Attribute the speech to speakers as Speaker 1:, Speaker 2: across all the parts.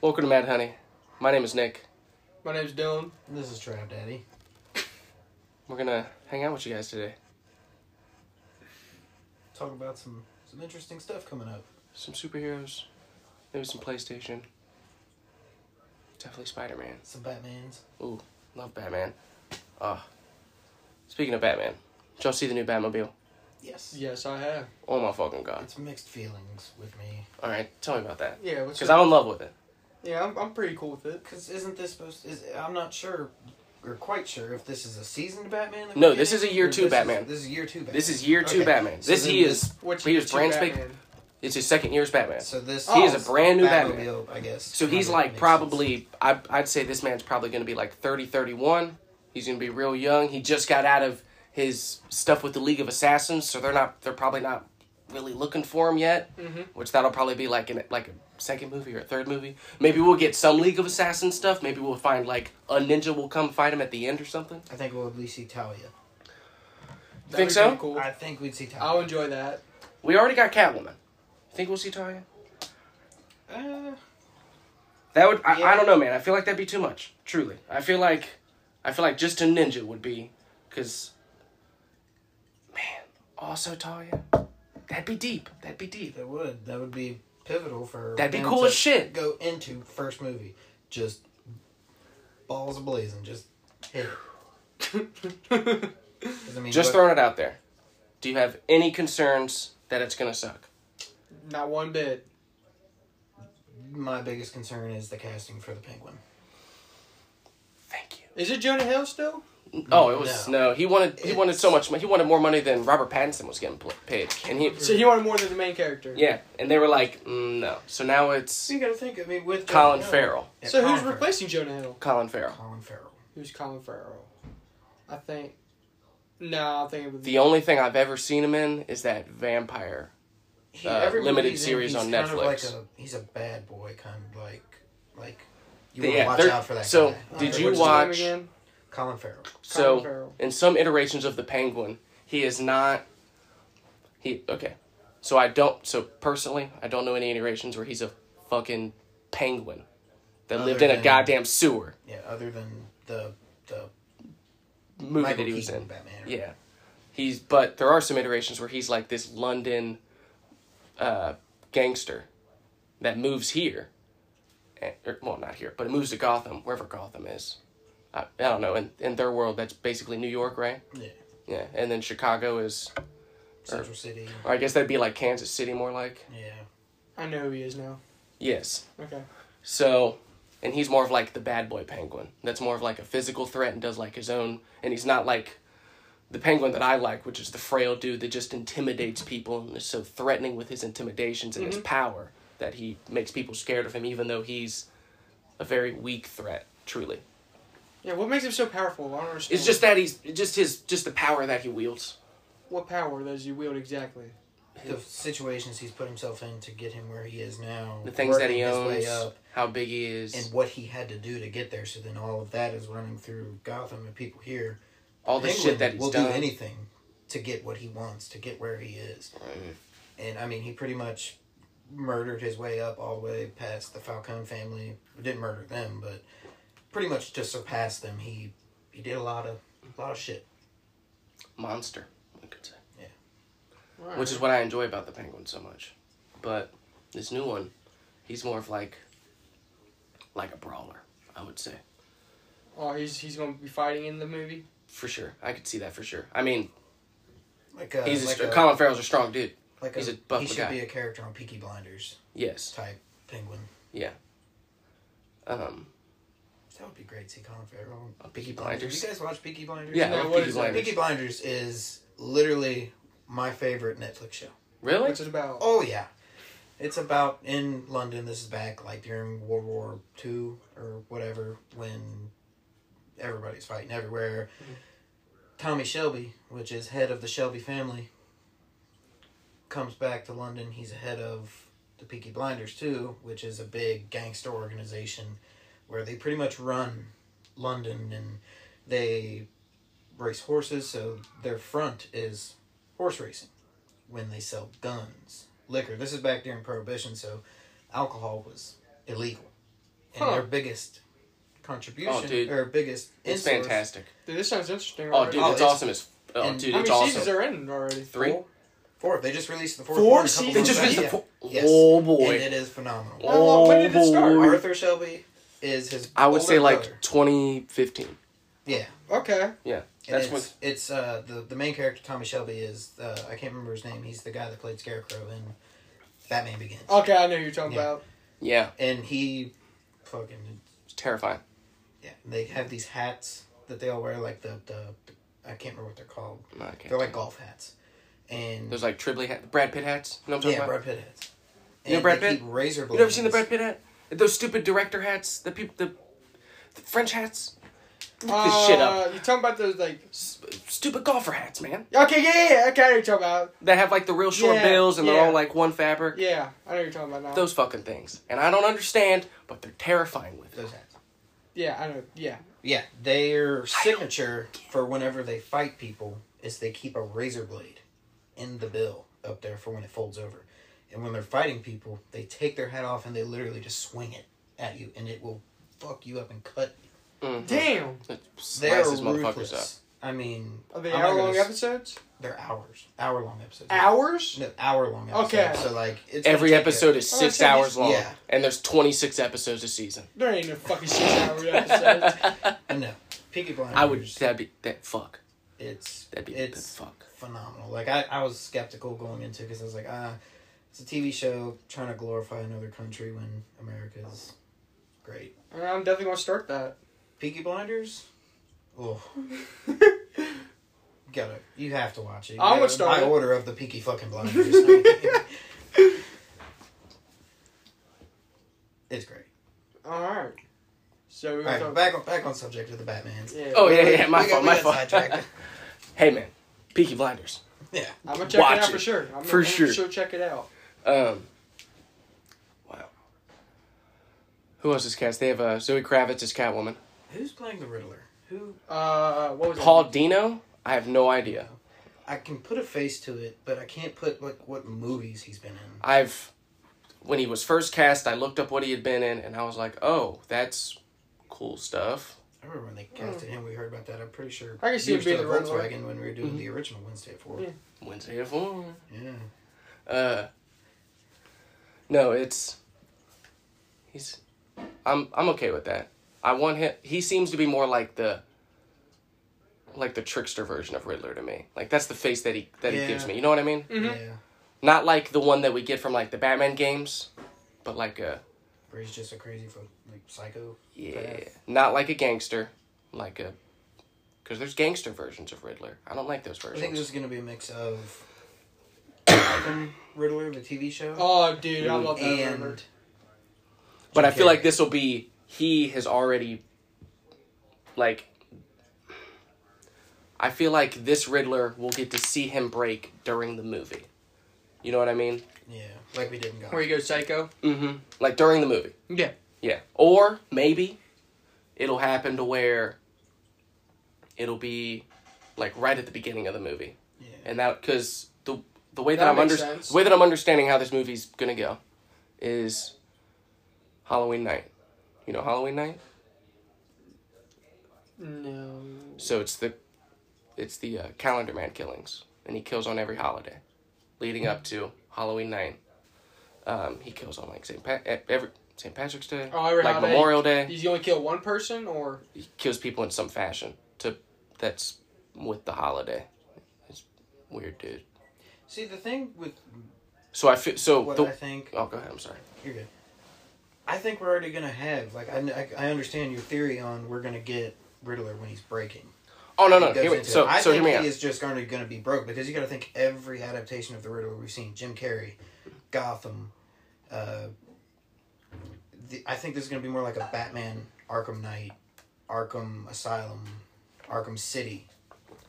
Speaker 1: Welcome to Mad Honey. My name is Nick.
Speaker 2: My name's Dylan.
Speaker 3: This is Trap Daddy.
Speaker 1: We're gonna hang out with you guys today.
Speaker 3: Talk about some some interesting stuff coming up.
Speaker 1: Some superheroes, maybe some PlayStation. Definitely Spider Man.
Speaker 3: Some Batman's.
Speaker 1: Ooh, love Batman. Ah. Speaking of Batman, did y'all see the new Batmobile?
Speaker 3: Yes.
Speaker 2: Yes, I have.
Speaker 1: Oh my fucking god.
Speaker 3: It's mixed feelings with me.
Speaker 1: Alright, tell me about that.
Speaker 2: Yeah, what's
Speaker 1: Because
Speaker 2: up?
Speaker 1: I'm in love with it.
Speaker 2: yeah, I'm, I'm pretty cool with it.
Speaker 3: Cause isn't this supposed? Is I'm not sure, or quite sure if this is a seasoned Batman. that we're
Speaker 1: No, this
Speaker 3: getting,
Speaker 1: is a year
Speaker 3: or
Speaker 1: two
Speaker 3: this is-
Speaker 1: Batman.
Speaker 3: this is year two Batman.
Speaker 1: This is year two
Speaker 3: Okay,
Speaker 1: Batman.
Speaker 3: so
Speaker 1: this
Speaker 3: then
Speaker 1: he
Speaker 3: this-
Speaker 1: is.
Speaker 2: Which
Speaker 1: He was
Speaker 2: two
Speaker 1: brand spank-
Speaker 2: Batman.
Speaker 1: It's his second year as Batman.
Speaker 3: So this.
Speaker 1: He is a
Speaker 3: oh,
Speaker 1: brand new
Speaker 3: Batmobile, I guess.
Speaker 1: So he's
Speaker 3: Kinda
Speaker 1: like
Speaker 3: makes
Speaker 1: probably, I, I'd say this man's probably going to be like 30, 31. He's going to be real young. He just got out of his stuff with the League of Assassins, so they're not, they're probably not really looking for him yet.
Speaker 3: Mm-hmm.
Speaker 1: Which that'll probably be like in like a second movie or a third movie. Maybe we'll get some League of Assassins stuff. Maybe we'll find like a ninja will come fight him at the end or something.
Speaker 3: sense. I think we'll at least see Talia.
Speaker 2: That'd
Speaker 1: think
Speaker 2: be
Speaker 1: so?
Speaker 2: pretty Cool.
Speaker 3: I think we'd see Talia.
Speaker 2: I'll enjoy that.
Speaker 1: We already got Catwoman. Think we'll see Talia?
Speaker 3: Uh,
Speaker 1: That would I, I
Speaker 3: Yeah.
Speaker 1: don't know, man. I feel like that'd be too much. Truly, I feel like I feel like just a ninja would be, cause man, also Talia, that'd be deep. That'd be deep.
Speaker 3: that would that would be pivotal for.
Speaker 1: That'd be
Speaker 3: them
Speaker 1: cool
Speaker 3: to
Speaker 1: as shit.
Speaker 3: Go into first movie, just balls blazing, just hit. it. 'Cause I mean,
Speaker 1: Just
Speaker 3: what-
Speaker 1: throwing it out there. Do you have any concerns that it's gonna suck?
Speaker 2: Not one bit.
Speaker 3: My biggest concern is the casting for the penguin.
Speaker 1: Thank you.
Speaker 2: Is it Jonah Hill still?
Speaker 1: Oh, it was no.
Speaker 3: No.
Speaker 1: he wanted he wanted so much. mo- He wanted more money than Robert Pattinson was getting pl- paid, and he
Speaker 2: So he wanted more than the main character.
Speaker 1: yeah, and they were like mm, no. So now it's
Speaker 3: you gotta think. I mean, with
Speaker 1: Colin Farrell.
Speaker 2: So who's replacing Jonah Hill?
Speaker 1: Colin Farrell.
Speaker 3: Colin Farrell?
Speaker 2: Who's Colin Farrell? I think. No, I think it would be.
Speaker 1: The only thing I've ever seen him in is that vampire
Speaker 3: He,
Speaker 1: Uh,
Speaker 3: every movie
Speaker 1: limited
Speaker 3: he's
Speaker 1: series
Speaker 3: he's
Speaker 1: on
Speaker 3: kind of
Speaker 1: Netflix.
Speaker 3: like a, he's a bad boy, kind of like like you
Speaker 1: Yeah,
Speaker 3: want to watch
Speaker 1: they're-
Speaker 3: out for that.
Speaker 1: so, did
Speaker 3: guy. Alright,
Speaker 1: you
Speaker 2: What's
Speaker 3: what's his name?
Speaker 1: watch-
Speaker 2: his name again?
Speaker 3: Colin Farrell?
Speaker 1: So
Speaker 2: Farrell.
Speaker 1: in some iterations of the Penguin, he is not. He okay. So I don't. So personally, I don't know any iterations where he's a fucking penguin that
Speaker 3: Other
Speaker 1: lived in a
Speaker 3: than-
Speaker 1: goddamn sewer
Speaker 3: Yeah, other than the the
Speaker 1: movie
Speaker 3: Michael
Speaker 1: that he was
Speaker 3: Keaton
Speaker 1: in.
Speaker 3: Batman. or-
Speaker 1: Yeah, he's. But there are some iterations where he's like this London uh, gangster that moves here. And, or, well, not here, but it moves to Gotham, wherever Gotham is. I, I don't know. In in their world, that's basically New York, right?
Speaker 3: yeah,
Speaker 1: Yeah, and then Chicago is,
Speaker 3: Central
Speaker 1: Er.
Speaker 3: City.
Speaker 1: or I guess that'd be like Kansas City more like.
Speaker 3: Yeah,
Speaker 2: I know who he is now.
Speaker 1: Yes.
Speaker 2: Okay.
Speaker 1: So, and he's more of like the bad boy penguin. That's more of like a physical threat and does like his own. And he's not like the penguin that I like, which is the frail dude that just intimidates people and is so threatening with his intimidations and his
Speaker 3: Mm-hmm.
Speaker 1: power that he makes people scared of him, even though he's a very weak threat. Truly,
Speaker 2: Yeah, what makes him so powerful? I don't understand.
Speaker 1: it's just that he's just his just the power that he wields.
Speaker 2: What power does he wield exactly?
Speaker 3: the situations he's put himself in to get him where he is now.
Speaker 1: The things that he
Speaker 3: working his
Speaker 1: owns,
Speaker 3: way up,
Speaker 1: how big he is,
Speaker 3: and what he had to do to get there. So then all of that is running through Gotham and people here.
Speaker 1: all the
Speaker 3: Penguin
Speaker 1: shit that he's
Speaker 3: will
Speaker 1: done.
Speaker 3: do anything to get what he wants, to get where he is. And I mean, he pretty much murdered his way up all the way past the Falcone family. Didn't murder them, but pretty much to surpass them, he he did a lot of a lot of shit.
Speaker 1: monster, we could say.
Speaker 2: Alright.
Speaker 1: Which is what I enjoy about the penguin so much. But this new one, he's more of like like a brawler, I would say.
Speaker 2: Oh, he's he's gonna be fighting in the movie.
Speaker 1: For sure. I could see that for sure. I mean,
Speaker 3: Like a,
Speaker 1: he's
Speaker 3: Uh, like
Speaker 1: a,
Speaker 3: a,
Speaker 1: Colin Farrell's a strong dude.
Speaker 3: like
Speaker 1: he's
Speaker 3: a,
Speaker 1: a buff
Speaker 3: he should
Speaker 1: guy.
Speaker 3: be a character on Peaky Blinders
Speaker 1: Yes.
Speaker 3: type penguin.
Speaker 1: Um
Speaker 3: That would be great. to See Colin Farrell.
Speaker 1: on Peaky Blinders.
Speaker 3: You guys watch Peaky Blinders?
Speaker 1: Yeah, I
Speaker 2: No,
Speaker 1: love
Speaker 2: what
Speaker 1: Peaky
Speaker 2: is it?
Speaker 1: Blinders.
Speaker 3: Peaky Blinders is literally my favorite Netflix show.
Speaker 1: Really?
Speaker 2: What's it about?
Speaker 3: Oh yeah, it's about in London. This is back like during World War Two or whatever when everybody's fighting everywhere. Tommy Shelby, which is head of the Shelby family, comes back to London. He's head of the Peaky Blinders too, which is a big gangster organization where they pretty much run London and they race horses. So their front is horse racing when they sell guns, liquor. This is back during Prohibition, so alcohol was illegal. and
Speaker 2: Huh.
Speaker 3: their biggest contribution
Speaker 1: Oh, dude.
Speaker 3: or biggest
Speaker 1: It's
Speaker 3: insource-
Speaker 1: fantastic.
Speaker 2: Dude, this sounds interesting.
Speaker 1: Oh,
Speaker 2: already.
Speaker 1: dude,
Speaker 3: Oh,
Speaker 1: it's
Speaker 3: it's-
Speaker 1: awesome as. Oh,
Speaker 3: and-
Speaker 1: dude,
Speaker 2: How
Speaker 1: it's
Speaker 2: many seasons
Speaker 1: awesome.
Speaker 2: are in already?
Speaker 1: Three.
Speaker 3: Fourth, they just released the fourth.
Speaker 2: Four
Speaker 3: one a couple
Speaker 2: seasons?
Speaker 1: They
Speaker 3: months
Speaker 1: just
Speaker 3: back.
Speaker 1: missed the.
Speaker 3: Yeah.
Speaker 1: Fo-
Speaker 3: Yes.
Speaker 1: Oh
Speaker 3: and
Speaker 1: boy. Oh,
Speaker 3: it is phenomenal.
Speaker 2: How long- when did it start?
Speaker 1: boy.
Speaker 3: Arthur Shelby is his.
Speaker 1: I would
Speaker 3: older
Speaker 1: say like
Speaker 3: brother.
Speaker 1: 2015.
Speaker 3: yeah.
Speaker 2: Okay.
Speaker 1: Yeah,
Speaker 3: And
Speaker 1: that's
Speaker 3: it's,
Speaker 1: what.
Speaker 3: it's uh the the main character Tommy Shelby is uh, I can't remember his name. He's the guy that played Scarecrow in Batman Begins,
Speaker 2: Okay, I know who you're talking
Speaker 3: Yeah.
Speaker 2: about.
Speaker 1: Yeah,
Speaker 3: and he fucking
Speaker 1: it's terrifying.
Speaker 3: yeah. They have these hats that they all wear, like the the I can't remember what they're called.
Speaker 1: No, I can't.
Speaker 3: They're like golf hats, and
Speaker 1: There's like Tribley hat, Brad Pitt hats. You know what I'm talking
Speaker 3: yeah,
Speaker 1: about?
Speaker 3: Brad Pitt hats.
Speaker 1: You know
Speaker 3: And
Speaker 1: Brad
Speaker 3: they
Speaker 1: Pitt?
Speaker 3: keep Razor
Speaker 1: You ever seen the
Speaker 3: blades.
Speaker 1: Brad Pitt hat? Those stupid director hats. The people, the, the French hats. Look this
Speaker 2: Uh,
Speaker 1: shit up.
Speaker 2: You're talking about those, like.
Speaker 1: S- stupid golfer hats, man.
Speaker 2: Okay, yeah, yeah, yeah, okay, I know who you're talking about.
Speaker 1: That have like the real short
Speaker 2: Yeah,
Speaker 1: bills and they're
Speaker 2: yeah.
Speaker 1: all like one fabric.
Speaker 2: Yeah, I know who you're talking about now.
Speaker 1: Those fucking things. And I don't understand, but they're terrifying with it.
Speaker 3: Those hats.
Speaker 2: Yeah, I know. Yeah.
Speaker 3: Yeah, their signature for whenever they fight people is they keep a razor blade in the bill up there for when it folds over. And when they're fighting people, they take their hat off and they literally just swing it at you and it will fuck you up and cut you.
Speaker 1: Mm.
Speaker 2: Damn.
Speaker 1: It
Speaker 3: They're
Speaker 1: slices motherfuckers up.
Speaker 3: ruthless. I mean,
Speaker 2: Are they
Speaker 1: Oh
Speaker 3: I'm not
Speaker 2: hour long
Speaker 3: gonna s-
Speaker 2: episodes?
Speaker 3: They're hours. Hour long episodes.
Speaker 2: Hours?
Speaker 3: No, hour long episodes.
Speaker 2: Okay.
Speaker 3: So, like, it's gonna
Speaker 1: Every
Speaker 3: take
Speaker 1: episode
Speaker 3: a-
Speaker 1: is
Speaker 2: I'm gonna
Speaker 1: six
Speaker 2: say
Speaker 1: hours
Speaker 2: this-
Speaker 1: long,
Speaker 3: yeah.
Speaker 1: and there's 26 episodes a season.
Speaker 2: There ain't no fucking six hour episodes.
Speaker 3: No. Peaky Blinders.
Speaker 1: I would that'd be that fuck
Speaker 3: It's.
Speaker 1: that'd be
Speaker 3: it's,
Speaker 1: that fuck.
Speaker 3: phenomenal. Like I, I was skeptical going into because I was like, ah, it's a TV show trying to glorify another country when America's great.
Speaker 2: I'm definitely gonna start that.
Speaker 3: Peaky Blinders, oh, gotta you have to watch it. You
Speaker 2: I would
Speaker 3: gotta-
Speaker 2: start
Speaker 3: my
Speaker 2: it.
Speaker 3: order of the Peaky fucking Blinders. I mean, it's great.
Speaker 2: Alright. So we
Speaker 3: All right,
Speaker 2: talk-
Speaker 3: back on back on subject of the Batman's.
Speaker 2: Yeah.
Speaker 1: Oh yeah, yeah, yeah, my
Speaker 3: We got-
Speaker 1: fault,
Speaker 3: we
Speaker 1: my
Speaker 3: got
Speaker 1: fault.
Speaker 3: sidetracked.
Speaker 1: hey man, Peaky Blinders.
Speaker 3: yeah,
Speaker 2: I'm gonna check
Speaker 1: Watch
Speaker 2: it out for
Speaker 1: it.
Speaker 2: sure. I'm gonna,
Speaker 1: For
Speaker 2: I'm
Speaker 1: sure.
Speaker 2: Gonna sure check it out.
Speaker 1: Um, wow. Who else is cast? They have uh, Zoe Kravitz as Catwoman.
Speaker 3: who's playing the Riddler? Who
Speaker 2: Uh, what was
Speaker 1: Paul
Speaker 2: it?
Speaker 1: Dino? I have no idea.
Speaker 3: I can put a face to it, but I can't put like what movies he's been in.
Speaker 1: I've when he was first cast, I looked up what he had been in, and I was like, oh, that's cool stuff.
Speaker 3: I remember when they casted him. We heard about that. I'm pretty sure.
Speaker 2: Hmm. I can see
Speaker 3: he
Speaker 2: him
Speaker 3: was
Speaker 2: being
Speaker 3: still
Speaker 2: the
Speaker 3: at
Speaker 2: Riddler. Mm-hmm.
Speaker 3: Volkswagen when we were doing the original Wednesday at four.
Speaker 2: Yeah.
Speaker 3: Yeah.
Speaker 1: Wednesday at four. Uh, no, it's he's. I'm I'm okay with that. I want him. He seems to be more like the like the trickster version of Riddler to me. Like that's the face that he that
Speaker 3: Yeah.
Speaker 1: he gives me. You know what I mean?
Speaker 2: Mm-hmm.
Speaker 3: yeah.
Speaker 1: Not like the one that we get from like the Batman games, but like a
Speaker 3: Where he's just a crazy fuck, like psycho.
Speaker 1: yeah,
Speaker 3: Badass.
Speaker 1: uh, not like a gangster, like a because there's gangster versions of Riddler. I don't like those
Speaker 3: I
Speaker 1: versions.
Speaker 3: think this is gonna be a mix of Gotham Riddler, the TV show,
Speaker 2: Oh, dude, I love that. Riddler.
Speaker 3: and
Speaker 1: But I
Speaker 3: Jim
Speaker 1: feel like
Speaker 3: Carrey.
Speaker 1: this will be he has already like I feel like this Riddler will get to see him break during the movie. You know what I mean?
Speaker 3: yeah, like we did in Gotham.
Speaker 2: Where you go, Psycho?
Speaker 1: Mm-hmm. Like during the movie.
Speaker 2: Yeah.
Speaker 1: Yeah. Or maybe it'll happen to where it'll be like right at the beginning of the movie.
Speaker 3: yeah.
Speaker 1: And that cuz the the way that,
Speaker 2: That
Speaker 1: I'm
Speaker 2: makes
Speaker 1: under-
Speaker 2: sense.
Speaker 1: the way that I'm understanding how this movie's going to go is Halloween night. You know Halloween night?
Speaker 2: No.
Speaker 1: So it's the it's the uh, calendar man killings, and he kills on every holiday, leading up to Halloween night. Um, he kills on like St. Pa- e- every St. Patrick's Day,
Speaker 2: Oh, every
Speaker 1: like
Speaker 2: holiday.
Speaker 1: Memorial Day.
Speaker 2: He's gonna kill one person, or
Speaker 1: He kills people in some fashion to that's with the holiday. It's weird, dude.
Speaker 3: See the thing with
Speaker 1: So I feel so
Speaker 3: what
Speaker 1: the
Speaker 3: I think
Speaker 1: oh go ahead. I'm sorry.
Speaker 3: You're good. I think we're already gonna have like I, kn- I, I understand your theory on we're gonna get Riddler when he's breaking.
Speaker 1: Oh no no.
Speaker 3: He goes
Speaker 1: Here, we-
Speaker 3: into
Speaker 1: so
Speaker 3: it. I
Speaker 1: so hear
Speaker 3: think
Speaker 1: me out.
Speaker 3: he is just gonna gonna be broke because you got to think every adaptation of the Riddler we've seen Jim Carrey, Gotham. Uh, the, I think this is gonna be more like a Batman Arkham Knight, Arkham Asylum, Arkham City.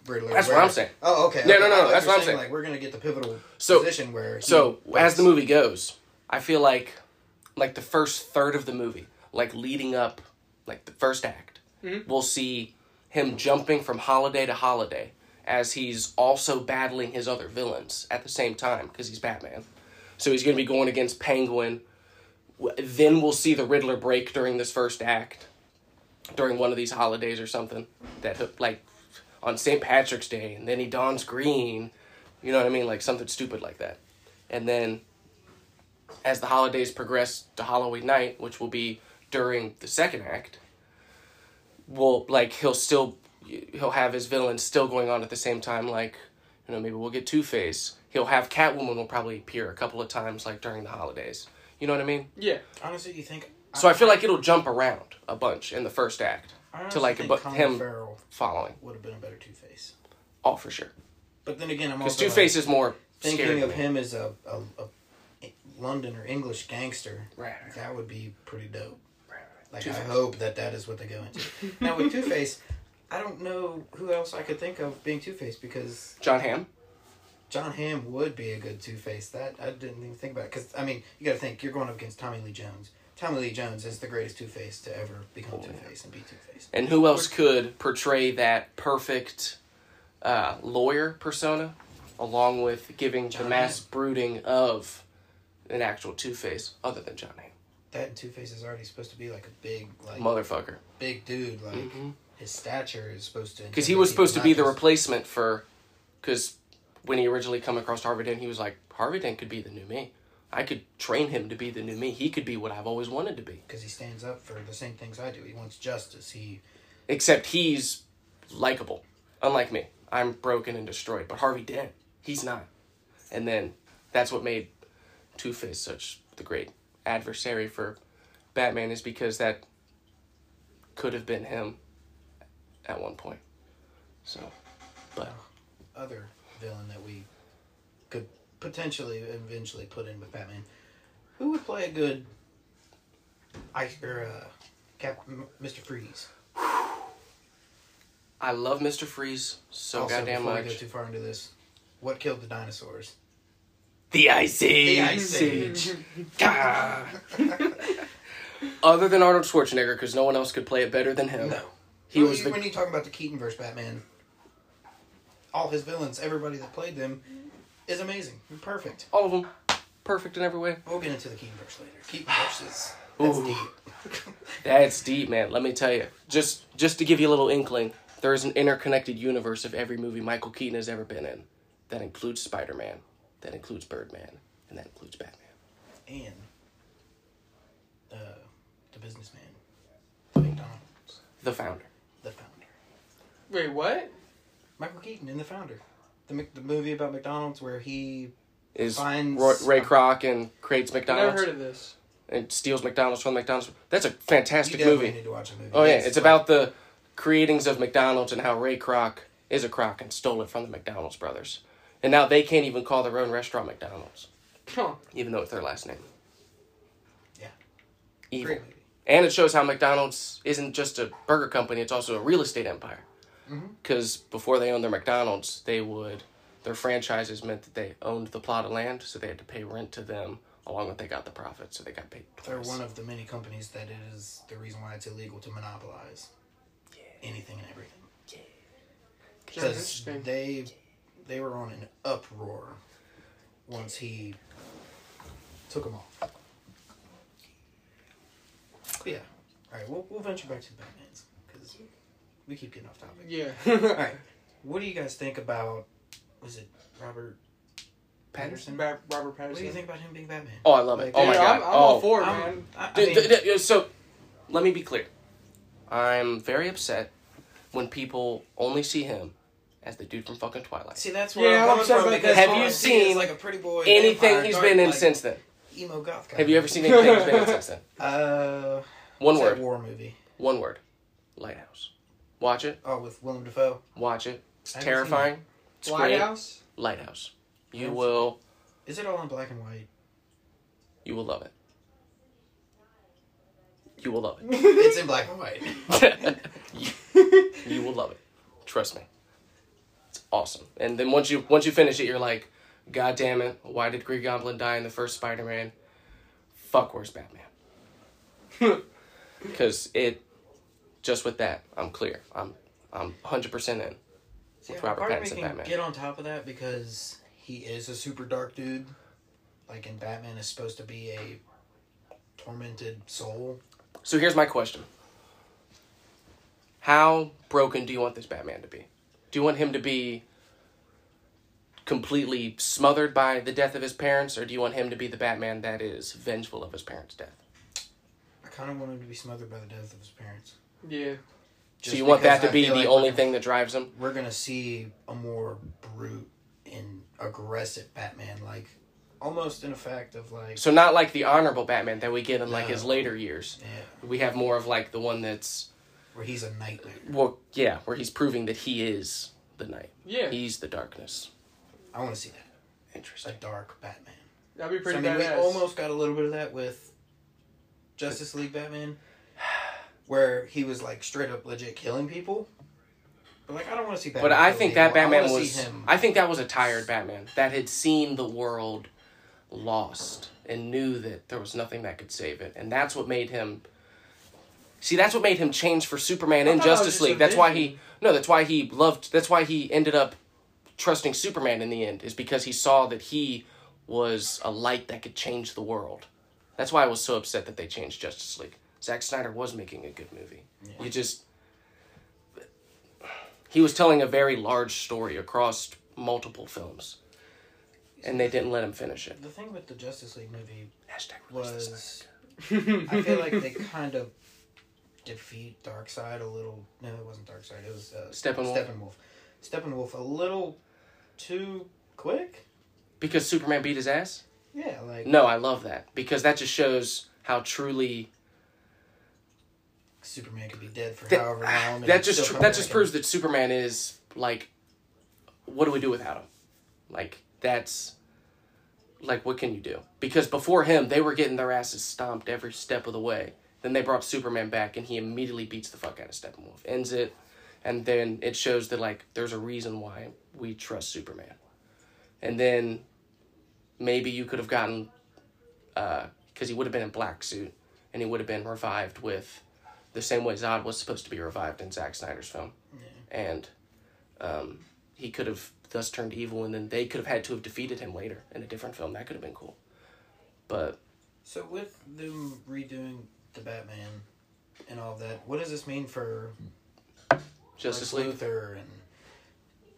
Speaker 3: Riddler.
Speaker 1: That's what
Speaker 3: where-
Speaker 1: I'm saying.
Speaker 3: Oh, okay.
Speaker 1: No,
Speaker 3: okay.
Speaker 1: no, no,
Speaker 3: I like
Speaker 1: that's
Speaker 3: you're
Speaker 1: what I'm saying.
Speaker 3: Like we're gonna get the pivotal
Speaker 1: So-
Speaker 3: position where. he
Speaker 1: So as
Speaker 3: breaks.
Speaker 1: the movie goes, I feel like like the first third of the movie, like leading up, like the first act, we'll see him jumping from holiday to holiday as he's also battling his other villains at the same time because he's Batman. So he's going to be going against Penguin, w- then we'll see the Riddler break during this first act, during one of these holidays or something. That he'll- like on St. Patrick's Day, and then he dons green. You know what I mean? Like something stupid like that. And then as the holidays progress to Halloween night, which will be during the second act, will like he'll still he'll have his villain still going on at the same time. Like you know maybe we'll get Two Face. He'll have Catwoman will probably appear a couple of times like during the holidays. You know what I mean?
Speaker 2: Yeah.
Speaker 3: Honestly, you think
Speaker 1: So I feel like it'll jump around a bunch in the first act
Speaker 3: I honestly
Speaker 1: to like
Speaker 3: think
Speaker 1: but
Speaker 3: Colin
Speaker 1: him
Speaker 3: Farrell
Speaker 1: following.
Speaker 3: would have been a better Two Face.
Speaker 1: Oh, for sure.
Speaker 3: But then again, I'm
Speaker 1: Because
Speaker 3: also
Speaker 1: Two
Speaker 3: like,
Speaker 1: Face is more scary
Speaker 3: thinking
Speaker 1: to
Speaker 3: of
Speaker 1: me.
Speaker 3: him as a, a, a London or English gangster.
Speaker 1: Right, right,
Speaker 3: That would be pretty dope. Like I
Speaker 1: Two-Face.
Speaker 3: hope that that is what they go into. now with Two Face, I don't know who else I could think of being Two Face because
Speaker 1: John Hamm.
Speaker 3: John Hamm would be a good Two Face. That I didn't even think about because I mean you got to think you're going up against Tommy Lee Jones. Tommy Lee Jones is the greatest Two Face to ever become Two Face and be Two Face.
Speaker 1: And who else could portray that perfect uh, lawyer persona, along with giving the
Speaker 3: John
Speaker 1: mass
Speaker 3: Hamm.
Speaker 1: brooding of an actual Two Face, other than John Hamm?
Speaker 3: That and Two Face is already supposed to be like a big like
Speaker 1: Motherfucker,
Speaker 3: big dude. Like his stature is supposed to
Speaker 1: Mm-hmm. because he was supposed to be the
Speaker 3: reply.
Speaker 1: replacement for, because when he originally come across Harvey Dent, he was like, Harvey Dent could be the new me. I could train him to be the new me. He could be what I've always wanted to be.
Speaker 3: because he stands up for the same things I do. He wants justice. He
Speaker 1: Except he's likable, unlike me. I'm broken and destroyed, but Harvey Dent, he's not. And then that's what made Two Face such the great adversary for Batman is because that could have been him at one point. So, but
Speaker 3: other villain that we could potentially eventually put in with Batman. Who would play a good Ice or uh, Cap M- Mr. Freeze?
Speaker 1: I love Mister Freeze so
Speaker 3: also,
Speaker 1: goddamn
Speaker 3: before
Speaker 1: much.
Speaker 3: we go too far into this, what killed the dinosaurs?
Speaker 1: the Ice Age.
Speaker 3: The Ice Age.
Speaker 1: Gah. Other than Arnold Schwarzenegger, because no one else could play it better than him.
Speaker 3: No,
Speaker 1: He
Speaker 3: Well,
Speaker 1: was
Speaker 3: you-
Speaker 1: the
Speaker 3: when you talk about the Keaton verse Batman. All his villains, everybody that played them, is amazing. Perfect.
Speaker 1: all of them perfect in every way.
Speaker 3: We'll get into the Keaton verse later. Keaton verse is that's
Speaker 1: Ooh.
Speaker 3: deep.
Speaker 1: That's deep, man. Let me tell you. Just just to give you a little inkling, there is an interconnected universe of every movie Michael Keaton has ever been in. That includes Spider-Man, that includes Birdman, and that includes Batman.
Speaker 3: and uh, the businessman, McDonald's,
Speaker 1: The founder.
Speaker 3: the founder,
Speaker 2: Wait, what?
Speaker 3: Michael Keaton in the founder, the Mc- the movie about McDonald's where he
Speaker 1: Is
Speaker 3: Finds-
Speaker 1: Roy, Ray Kroc and creates
Speaker 2: Never
Speaker 1: McDonald's
Speaker 2: heard of this.
Speaker 1: and steals McDonald's from McDonald's. That's a
Speaker 3: you
Speaker 1: fantastic
Speaker 3: definitely
Speaker 1: movie.
Speaker 3: need to watch the movie.
Speaker 1: Oh yeah, it's
Speaker 3: like-
Speaker 1: about the creatings of McDonald's and how Ray Kroc is a croc and stole it from the McDonald's brothers. And now they can't even call their own restaurant McDonald's,
Speaker 2: Huh.
Speaker 1: even though it's their last name.
Speaker 3: yeah,
Speaker 1: Evil.
Speaker 3: great movie.
Speaker 1: And it shows how McDonald's isn't just a burger company, it's also a real estate empire.
Speaker 3: Mm-hmm.
Speaker 1: Because before they owned their McDonald's, they would, their franchises meant that they owned the plot of land, so they had to pay rent to them along with they got the profits, so they got paid
Speaker 3: They're
Speaker 1: twice.
Speaker 3: one of the many companies that it is the reason why it's illegal to monopolize anything and everything
Speaker 2: Sure,
Speaker 3: because
Speaker 2: interesting.
Speaker 3: they they were on an uproar once he took them off. But yeah. All right, we'll, we'll venture back to the Batman's because we keep getting off topic.
Speaker 2: Yeah.
Speaker 3: All right, what do you guys think about? Was it Robert Patterson?
Speaker 2: Ba- Robert Patterson.
Speaker 3: What do you think about him being Batman?
Speaker 1: Oh, I love it.
Speaker 3: Like,
Speaker 1: oh my
Speaker 2: Dude,
Speaker 1: god.
Speaker 2: I'm, I'm
Speaker 1: oh.
Speaker 2: all for it,
Speaker 3: I'm-
Speaker 2: man.
Speaker 3: I, I
Speaker 1: Dude,
Speaker 3: mean,
Speaker 1: th- th- so, let me be clear. I'm very upset when people only see him as the dude from fucking Twilight.
Speaker 3: see, that's where
Speaker 2: Yeah, I'm
Speaker 3: I'm coming
Speaker 2: upset
Speaker 3: from
Speaker 2: about
Speaker 3: because
Speaker 2: that.
Speaker 3: all
Speaker 2: Have you
Speaker 3: I see is,
Speaker 1: seen
Speaker 3: like a pretty boy?
Speaker 1: anything
Speaker 3: vampire,
Speaker 1: he's
Speaker 3: dark,
Speaker 1: been in
Speaker 3: like,
Speaker 1: since then.
Speaker 3: emo goth. Guy.
Speaker 1: Have you ever seen anything he's been in since then?
Speaker 3: Uh,
Speaker 1: One
Speaker 3: what's that
Speaker 1: word.
Speaker 3: war movie?
Speaker 1: One word. Lighthouse. Watch it.
Speaker 3: Oh, with Willem Dafoe.
Speaker 1: Watch it. It's
Speaker 3: I haven't seen
Speaker 1: terrifying. It's great.
Speaker 2: Lighthouse?
Speaker 1: Lighthouse. You
Speaker 3: haven't
Speaker 1: will.
Speaker 3: Is it all in black and white?
Speaker 1: You will love it. You will love
Speaker 3: It's in black and white.
Speaker 1: it. you will love it. Trust me. It's awesome. And then once you once you finish it, you're like, God damn it! Why did Green Goblin die in the first Spider-Man? Fuck, where's Batman? Because it, just with that, I'm clear. I'm I'm hundred percent in.
Speaker 3: See,
Speaker 1: With Robert
Speaker 3: part of me
Speaker 1: Pattinson
Speaker 3: can
Speaker 1: Batman.
Speaker 3: Get on top of that because he is a super dark dude. Like in Batman is supposed to be a tormented soul.
Speaker 1: So here's my question. How broken do you want this Batman to be? Do you want him to be completely smothered by the death of his parents, or do you want him to be the Batman that is vengeful of his parents' death?
Speaker 3: I kind of want him to be smothered by the death of his parents.
Speaker 2: Yeah.
Speaker 1: so
Speaker 3: Just
Speaker 1: you want that
Speaker 3: because
Speaker 1: to
Speaker 3: I
Speaker 1: be
Speaker 3: feel
Speaker 1: the
Speaker 3: like
Speaker 1: only
Speaker 3: we're-
Speaker 1: thing that drives him?
Speaker 3: We're gonna see a more brute and aggressive Batman, like almost in effect of like
Speaker 1: So not like the honorable Batman that we get in like his
Speaker 3: No.
Speaker 1: later years.
Speaker 3: yeah,
Speaker 1: We have more of like the one that's
Speaker 3: where he's a nightmare.
Speaker 1: well, yeah, where he's proving that he is the night.
Speaker 2: Yeah.
Speaker 1: He's the darkness.
Speaker 3: I want to see that
Speaker 1: Interesting.
Speaker 3: a dark Batman.
Speaker 2: That'd be pretty
Speaker 3: so, I mean,
Speaker 2: badass.
Speaker 3: we almost got a little bit of that with Justice League Batman, where he was like straight up legit killing people. But like, I don't want to see Batman.
Speaker 1: But I
Speaker 3: kill
Speaker 1: think
Speaker 3: people.
Speaker 1: that Batman
Speaker 3: I wanna
Speaker 1: was.
Speaker 3: See him.
Speaker 1: I think that was a tired Batman that had seen the world lost and knew that there was nothing that could save it, and that's what made him. See, that's what made him change for Superman
Speaker 2: I
Speaker 1: in
Speaker 2: thought that was
Speaker 1: Justice
Speaker 2: just a
Speaker 1: League. That's why
Speaker 2: vision.
Speaker 1: he. No, that's why he loved. That's why he ended up trusting Superman in the end is because he saw that he was a light that could change the world. That's why I was so upset that they changed Justice League. Zack Snyder was making a good movie. You just he was telling a very large story across multiple films, and they didn't let him finish it.
Speaker 3: the thing with the Justice League movie
Speaker 1: Hashtag release the Snyder.
Speaker 3: was I feel like they kind of defeat Darkseid a little. No, it wasn't Darkseid. It was uh,
Speaker 1: Steppenwolf?
Speaker 3: Steppenwolf. Steppenwolf a little too quick.
Speaker 1: because Superman beat his ass.
Speaker 3: Yeah, like
Speaker 1: No, I love that because that just shows how truly
Speaker 3: Superman could be dead for
Speaker 1: That-
Speaker 3: however long. and
Speaker 1: that
Speaker 3: he'd still
Speaker 1: just
Speaker 3: come
Speaker 1: that
Speaker 3: back
Speaker 1: just
Speaker 3: and-
Speaker 1: proves that Superman is like, what do we do without him? Like that's like what can you do? Because before him, they were getting their asses stomped every step of the way. Then they brought Superman back, and he immediately beats the fuck out of Steppenwolf, ends it, and then it shows that like there's a reason why we trust Superman. And then maybe you could have gotten because he would have been in black suit, and he would have been revived with the same way Zod was supposed to be revived in Zack Snyder's film, and um, he could have thus turned evil, and then they could have had to have defeated him later in a different film. That could have been cool, but
Speaker 3: So with them redoing the Batman and all that, what does this mean for
Speaker 1: Justice
Speaker 3: Lex
Speaker 1: League.
Speaker 3: Luthor and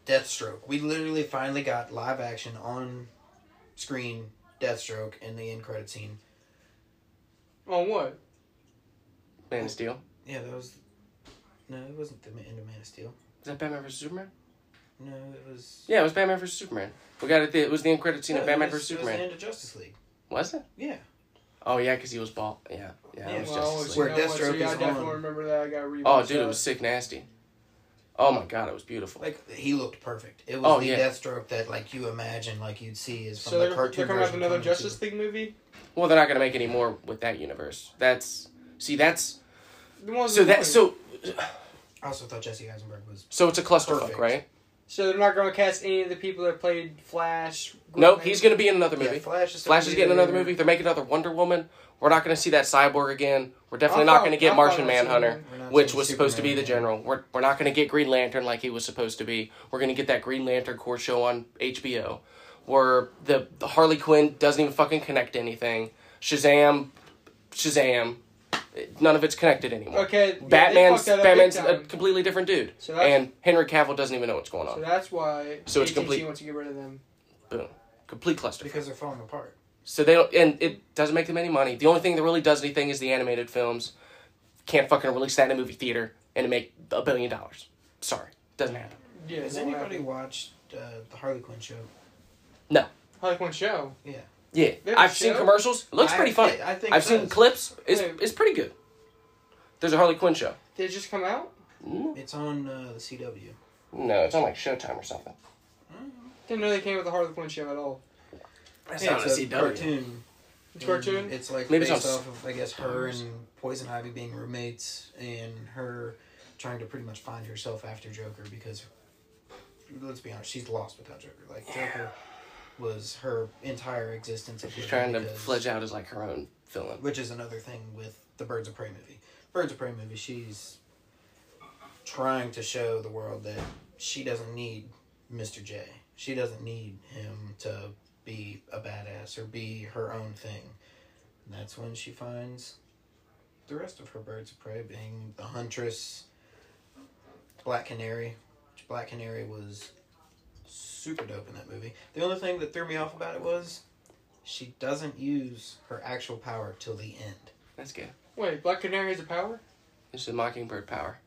Speaker 3: Deathstroke? We literally finally got live action on screen Deathstroke in the end credit scene.
Speaker 2: On what?
Speaker 1: Man of Steel.
Speaker 3: Yeah, that was. No, it wasn't the end of Man of Steel.
Speaker 1: Is that Batman vs Superman?
Speaker 3: No, it was.
Speaker 1: Yeah, it was Batman vs Superman. We got it. It was the end credit scene
Speaker 3: No,
Speaker 1: of Batman
Speaker 3: it was-
Speaker 1: vs
Speaker 3: It was the
Speaker 1: Superman.
Speaker 3: end of Justice League.
Speaker 1: Was it?
Speaker 3: Yeah.
Speaker 1: Oh yeah, because he was bald. Yeah, yeah.
Speaker 3: Yeah,
Speaker 1: it was
Speaker 2: Well, I
Speaker 1: Justice
Speaker 2: always-
Speaker 1: League.
Speaker 3: Where
Speaker 2: you know what, so
Speaker 3: Deathstroke
Speaker 2: yeah, I
Speaker 3: is
Speaker 2: definitely
Speaker 3: on.
Speaker 2: remember that. I got to
Speaker 1: Oh dude, it was sick nasty. Oh my god, it was beautiful.
Speaker 3: Like he looked perfect. It was
Speaker 1: Oh,
Speaker 3: the
Speaker 1: yeah.
Speaker 3: Deathstroke that like you imagine, like you'd see is from
Speaker 2: So
Speaker 3: the
Speaker 2: they're, they're
Speaker 3: cartoon
Speaker 2: coming up
Speaker 3: version
Speaker 2: another
Speaker 3: coming to-
Speaker 2: Justice League movie.
Speaker 1: Well, they're not gonna make any more with that universe. That's see, that's
Speaker 2: The ones
Speaker 1: so
Speaker 2: they're
Speaker 1: that
Speaker 2: doing.
Speaker 1: so
Speaker 3: I also thought Jesse Eisenberg was.
Speaker 1: so it's a clusterfuck,
Speaker 3: Perfect.
Speaker 1: right?
Speaker 2: So they're not going to cast any of the people that played Flash.
Speaker 1: No,
Speaker 2: Green
Speaker 1: he's
Speaker 2: Lantern?
Speaker 1: gonna be in another movie.
Speaker 3: Yeah, Flash is.
Speaker 1: Flash is getting another
Speaker 3: there.
Speaker 1: movie. They're making another Wonder Woman. We're not going to see that cyborg again. We're definitely
Speaker 2: I'm
Speaker 1: not
Speaker 2: fine-
Speaker 1: going to get
Speaker 2: I'm
Speaker 1: Martian
Speaker 2: fine with
Speaker 1: Manhunter,
Speaker 2: Superman.
Speaker 3: We're not
Speaker 1: which
Speaker 3: seeing
Speaker 1: was supposed to be
Speaker 3: Superman
Speaker 1: the
Speaker 3: again.
Speaker 1: general. We're, we're not going to get Green Lantern like he was supposed to be. We're going to get that Green Lantern core show on HBO, where the, the Harley Quinn doesn't even fucking connect to anything. Shazam, Shazam, none of it's connected anymore.
Speaker 2: Okay, yeah, they
Speaker 1: Batman's
Speaker 2: fucked that up big
Speaker 1: Batman's uh, a
Speaker 2: time.
Speaker 1: completely different dude,
Speaker 2: So that's-
Speaker 1: and Henry Cavill doesn't even know what's going
Speaker 3: Oh.
Speaker 2: So
Speaker 1: on.
Speaker 2: that's why.
Speaker 1: So
Speaker 2: So
Speaker 1: it's
Speaker 2: it's
Speaker 1: complete-
Speaker 2: wants to get rid of them.
Speaker 1: Boom, complete cluster.
Speaker 3: because they're falling apart.
Speaker 1: So they don't, and it doesn't make them any money. The only thing that really does anything is the animated films. Can't fucking release that in a movie theater and make a billion dollars. Sorry, doesn't happen.
Speaker 2: Yeah.
Speaker 3: Has
Speaker 2: it won't
Speaker 3: anybody
Speaker 2: happen.
Speaker 3: watched uh, the Harley Quinn show?
Speaker 2: Harley Quinn show?
Speaker 3: Yeah,
Speaker 1: Yeah,
Speaker 2: They have a
Speaker 1: I've seen
Speaker 2: show?
Speaker 1: commercials. It looks
Speaker 3: I-
Speaker 1: pretty funny.
Speaker 3: I, I think
Speaker 1: I've
Speaker 3: so.
Speaker 1: seen clips. It's
Speaker 2: Yeah.
Speaker 1: it's pretty good. There's a Harley Quinn show.
Speaker 2: Did it just come out?
Speaker 3: It's on uh, the CW.
Speaker 1: No, it's on like Showtime or something.
Speaker 2: Didn't know they came with the Harley Quinn show at all.
Speaker 1: That's
Speaker 3: Yeah,
Speaker 1: not a
Speaker 3: it's a
Speaker 1: CW.
Speaker 3: cartoon.
Speaker 2: It's cartoon.
Speaker 3: And It's like
Speaker 1: Maybe it's
Speaker 3: based
Speaker 1: on
Speaker 3: off of I guess her and Poison Ivy being roommates and her trying to pretty much find herself after Joker because let's be honest, she's lost without Joker. Like Joker was her entire existence. Of
Speaker 1: She's
Speaker 3: living
Speaker 1: trying to
Speaker 3: because-
Speaker 1: fledge out as like her own villain.
Speaker 3: which is another thing with the Birds of Prey movie. Birds of Prey movie, she's trying to show the world that she doesn't need Mr. J. She doesn't need him to be a badass or be her own thing. And that's when she finds the rest of her birds of prey, being the huntress, black canary. which Black canary was super dope in that movie. The only thing that threw me off about it was she doesn't use her actual power till the end.
Speaker 1: That's good.
Speaker 2: Wait, Black Canary has a power?
Speaker 1: It's the mockingbird power.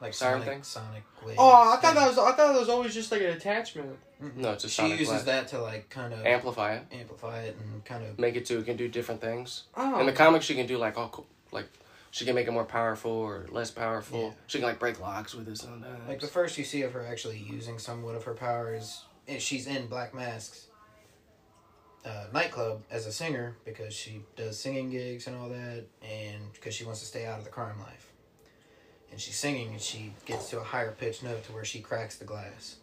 Speaker 3: Like
Speaker 1: Siren
Speaker 3: Sonic,
Speaker 1: thing?
Speaker 3: Sonic.
Speaker 2: Oh, I thought that was I thought that was always just like an attachment.
Speaker 1: No, it's a
Speaker 3: She
Speaker 1: sonic
Speaker 3: uses
Speaker 1: blast.
Speaker 3: that to like kind of
Speaker 1: Amplify it.
Speaker 3: amplify it and kind of
Speaker 1: Make it so it can do different things.
Speaker 2: Oh,
Speaker 1: In the comics, she can do like all cool, like she can make it more powerful or less powerful.
Speaker 3: Yeah.
Speaker 1: She can like break locks with it sometimes.
Speaker 3: Like the first you see of her actually using somewhat of her power is is she's in Black Mask's uh, nightclub as a singer because she does singing gigs and all that, and because she wants to stay out of the crime life. And she's singing and she gets to a higher pitched note to where she cracks the glass.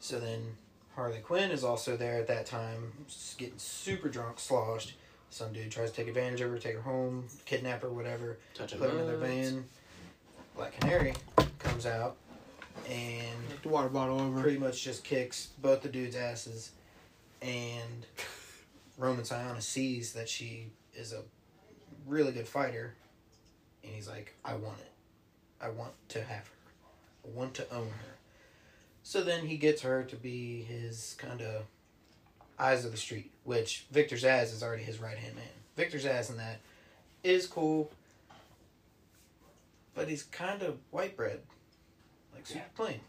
Speaker 3: So then Harley Quinn is also there at that time, s- getting super drunk, sloshed. Some dude tries to take advantage of her, take her home, kidnap her, whatever
Speaker 1: touching
Speaker 3: put him in their
Speaker 1: buttons.
Speaker 3: van. Black Canary comes out and
Speaker 2: the water bottle over.
Speaker 3: pretty much just kicks both the dudes' asses. And Roman Siona sees that she is a really good fighter, and he's like, "I want it. I want to have her. I want to own her." So then he gets her to be his kind of eyes of the street, which Victor Zaz is already his right hand man. Victor Zaz in that is cool, but he's kind of white bread, like super plain.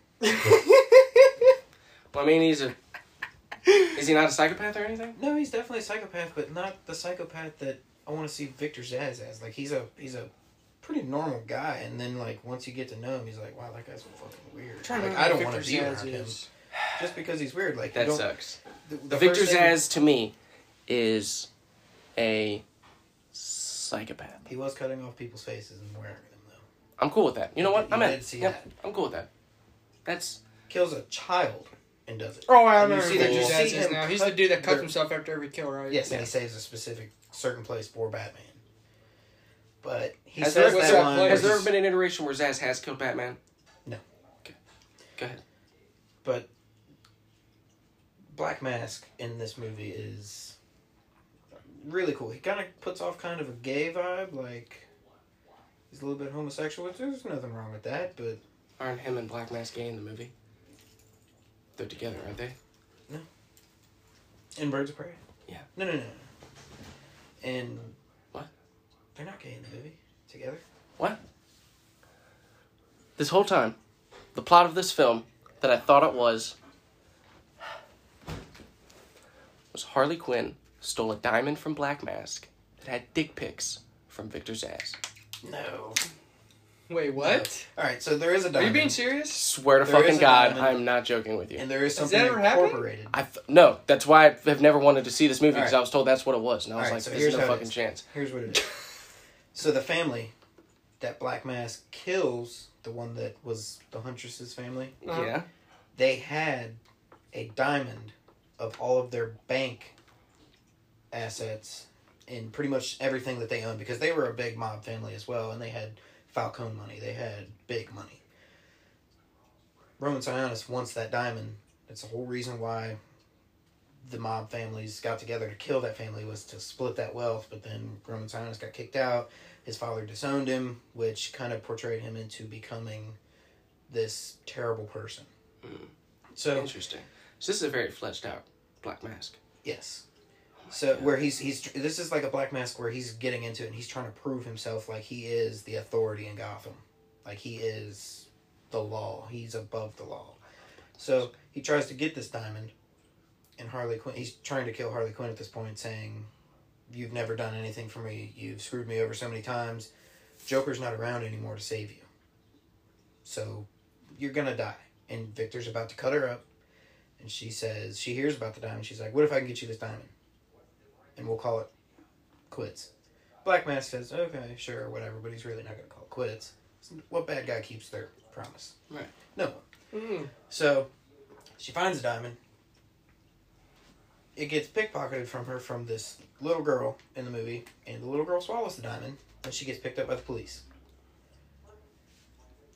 Speaker 1: Well, I mean, he's a. Is he not a psychopath or anything?
Speaker 3: No, he's definitely a psychopath, but not the psychopath that I want to see Victor Zaz as. Like he's a he's a pretty normal guy, and then like once you get to know him, he's like, wow, that guy's fucking weird.
Speaker 2: trying to
Speaker 3: Like,
Speaker 2: remember
Speaker 3: I don't
Speaker 2: who
Speaker 3: want to
Speaker 2: Victor
Speaker 3: be
Speaker 2: Zsasz
Speaker 3: around him
Speaker 2: is.
Speaker 3: just because he's weird. Like you
Speaker 1: That
Speaker 3: don't-
Speaker 1: sucks.
Speaker 3: The, the
Speaker 1: The
Speaker 3: first
Speaker 1: Victor
Speaker 3: thing-
Speaker 1: Zaz to me is a psychopath.
Speaker 3: He was cutting off people's faces and wearing them though.
Speaker 1: I'm cool with that. You know what?
Speaker 3: You
Speaker 1: I'm in.
Speaker 3: did see
Speaker 1: Yep, I'm cool with that. That's
Speaker 3: Kills a child and does it.
Speaker 2: Oh, I
Speaker 3: And you
Speaker 2: remember
Speaker 3: see
Speaker 2: who
Speaker 3: that-
Speaker 2: Victor
Speaker 3: you see
Speaker 2: Zsasz is
Speaker 3: him
Speaker 2: now. He's the
Speaker 3: cut
Speaker 2: dude that cuts
Speaker 3: their-
Speaker 2: himself after every kill, right?
Speaker 3: Yes,
Speaker 1: Yeah.
Speaker 3: and he saves a specific certain place for Batman. But he
Speaker 1: has there,
Speaker 3: says
Speaker 1: was
Speaker 3: that
Speaker 1: there-
Speaker 3: line.
Speaker 1: has
Speaker 3: which
Speaker 1: there
Speaker 3: is-
Speaker 1: ever been an iteration where Zaz has killed Batman?
Speaker 3: No.
Speaker 1: Okay. Go ahead.
Speaker 3: But Black Mask in this movie is really cool. He kind of puts off kind of a gay vibe, like he's a little bit homosexual, which there's nothing wrong with that. But
Speaker 1: Aren't him and Black Mask gay in the movie? They're together, aren't they?
Speaker 3: in Birds of Prey,
Speaker 1: Yeah.
Speaker 3: no, no, no, and
Speaker 1: What?
Speaker 3: They're not gay in the movie together.
Speaker 1: This whole time, the plot of this film that I thought it was was Harley Quinn stole a diamond from Black Mask that had dick pics from Victor's ass.
Speaker 3: No.
Speaker 2: Wait, what?
Speaker 3: All right, so there is
Speaker 2: Are
Speaker 3: a
Speaker 2: you
Speaker 3: diamond,
Speaker 2: being serious?
Speaker 1: Swear to
Speaker 3: There is
Speaker 1: fucking
Speaker 3: a
Speaker 1: God,
Speaker 3: diamond.
Speaker 1: I'm not joking with you.
Speaker 3: and there is
Speaker 2: Has
Speaker 3: something
Speaker 2: that ever happened?
Speaker 3: incorporated.
Speaker 1: I th- no, that's why I have never wanted to see this movie
Speaker 3: All
Speaker 1: because
Speaker 3: right.
Speaker 1: I was told that's what it was, and I
Speaker 3: All
Speaker 1: was
Speaker 3: right,
Speaker 1: like,
Speaker 3: so
Speaker 1: "There's
Speaker 3: here's
Speaker 1: no
Speaker 3: how it
Speaker 1: fucking
Speaker 3: is.
Speaker 1: chance."
Speaker 3: Here's what it is. so the family that Black Mask kills, the one that was the Huntress's family,
Speaker 2: Uh-huh.
Speaker 1: Yeah,
Speaker 3: they had a diamond of all of their bank assets and pretty much everything that they owned because they were a big mob family as well and they had Falcone money. They had big money. Roman Sionis wants that diamond. It's the whole reason why the mob families got together to kill that family was to split that wealth, but then Roman Sionis got kicked out. His father disowned him, which kind of portrayed him into becoming this terrible person. So
Speaker 1: interesting. So this is a very fleshed out Black Mask.
Speaker 3: Yes. So where he's he's tr- this is like a black mask where he's getting into it and he's trying to prove himself like he is the authority in Gotham. Like he is the law. He's above the law. So he tries to get this diamond and Harley Quinn he's trying to kill Harley Quinn at this point saying you've never done anything for me. You've screwed me over so many times. Joker's not around anymore to save you. So you're going to die. And Victor's about to cut her up and she says she hears about the diamond. She's like, "What if I can get you this diamond?" And we'll call it quits. Black Mask says, "Okay, sure, whatever," but he's really not gonna call it quits. What bad guy keeps their promise?
Speaker 1: Right.
Speaker 3: No one.
Speaker 2: Mm.
Speaker 3: So she finds a diamond. It gets pickpocketed from her from this little girl in the movie, and the little girl swallows the diamond, and she gets picked up by the police.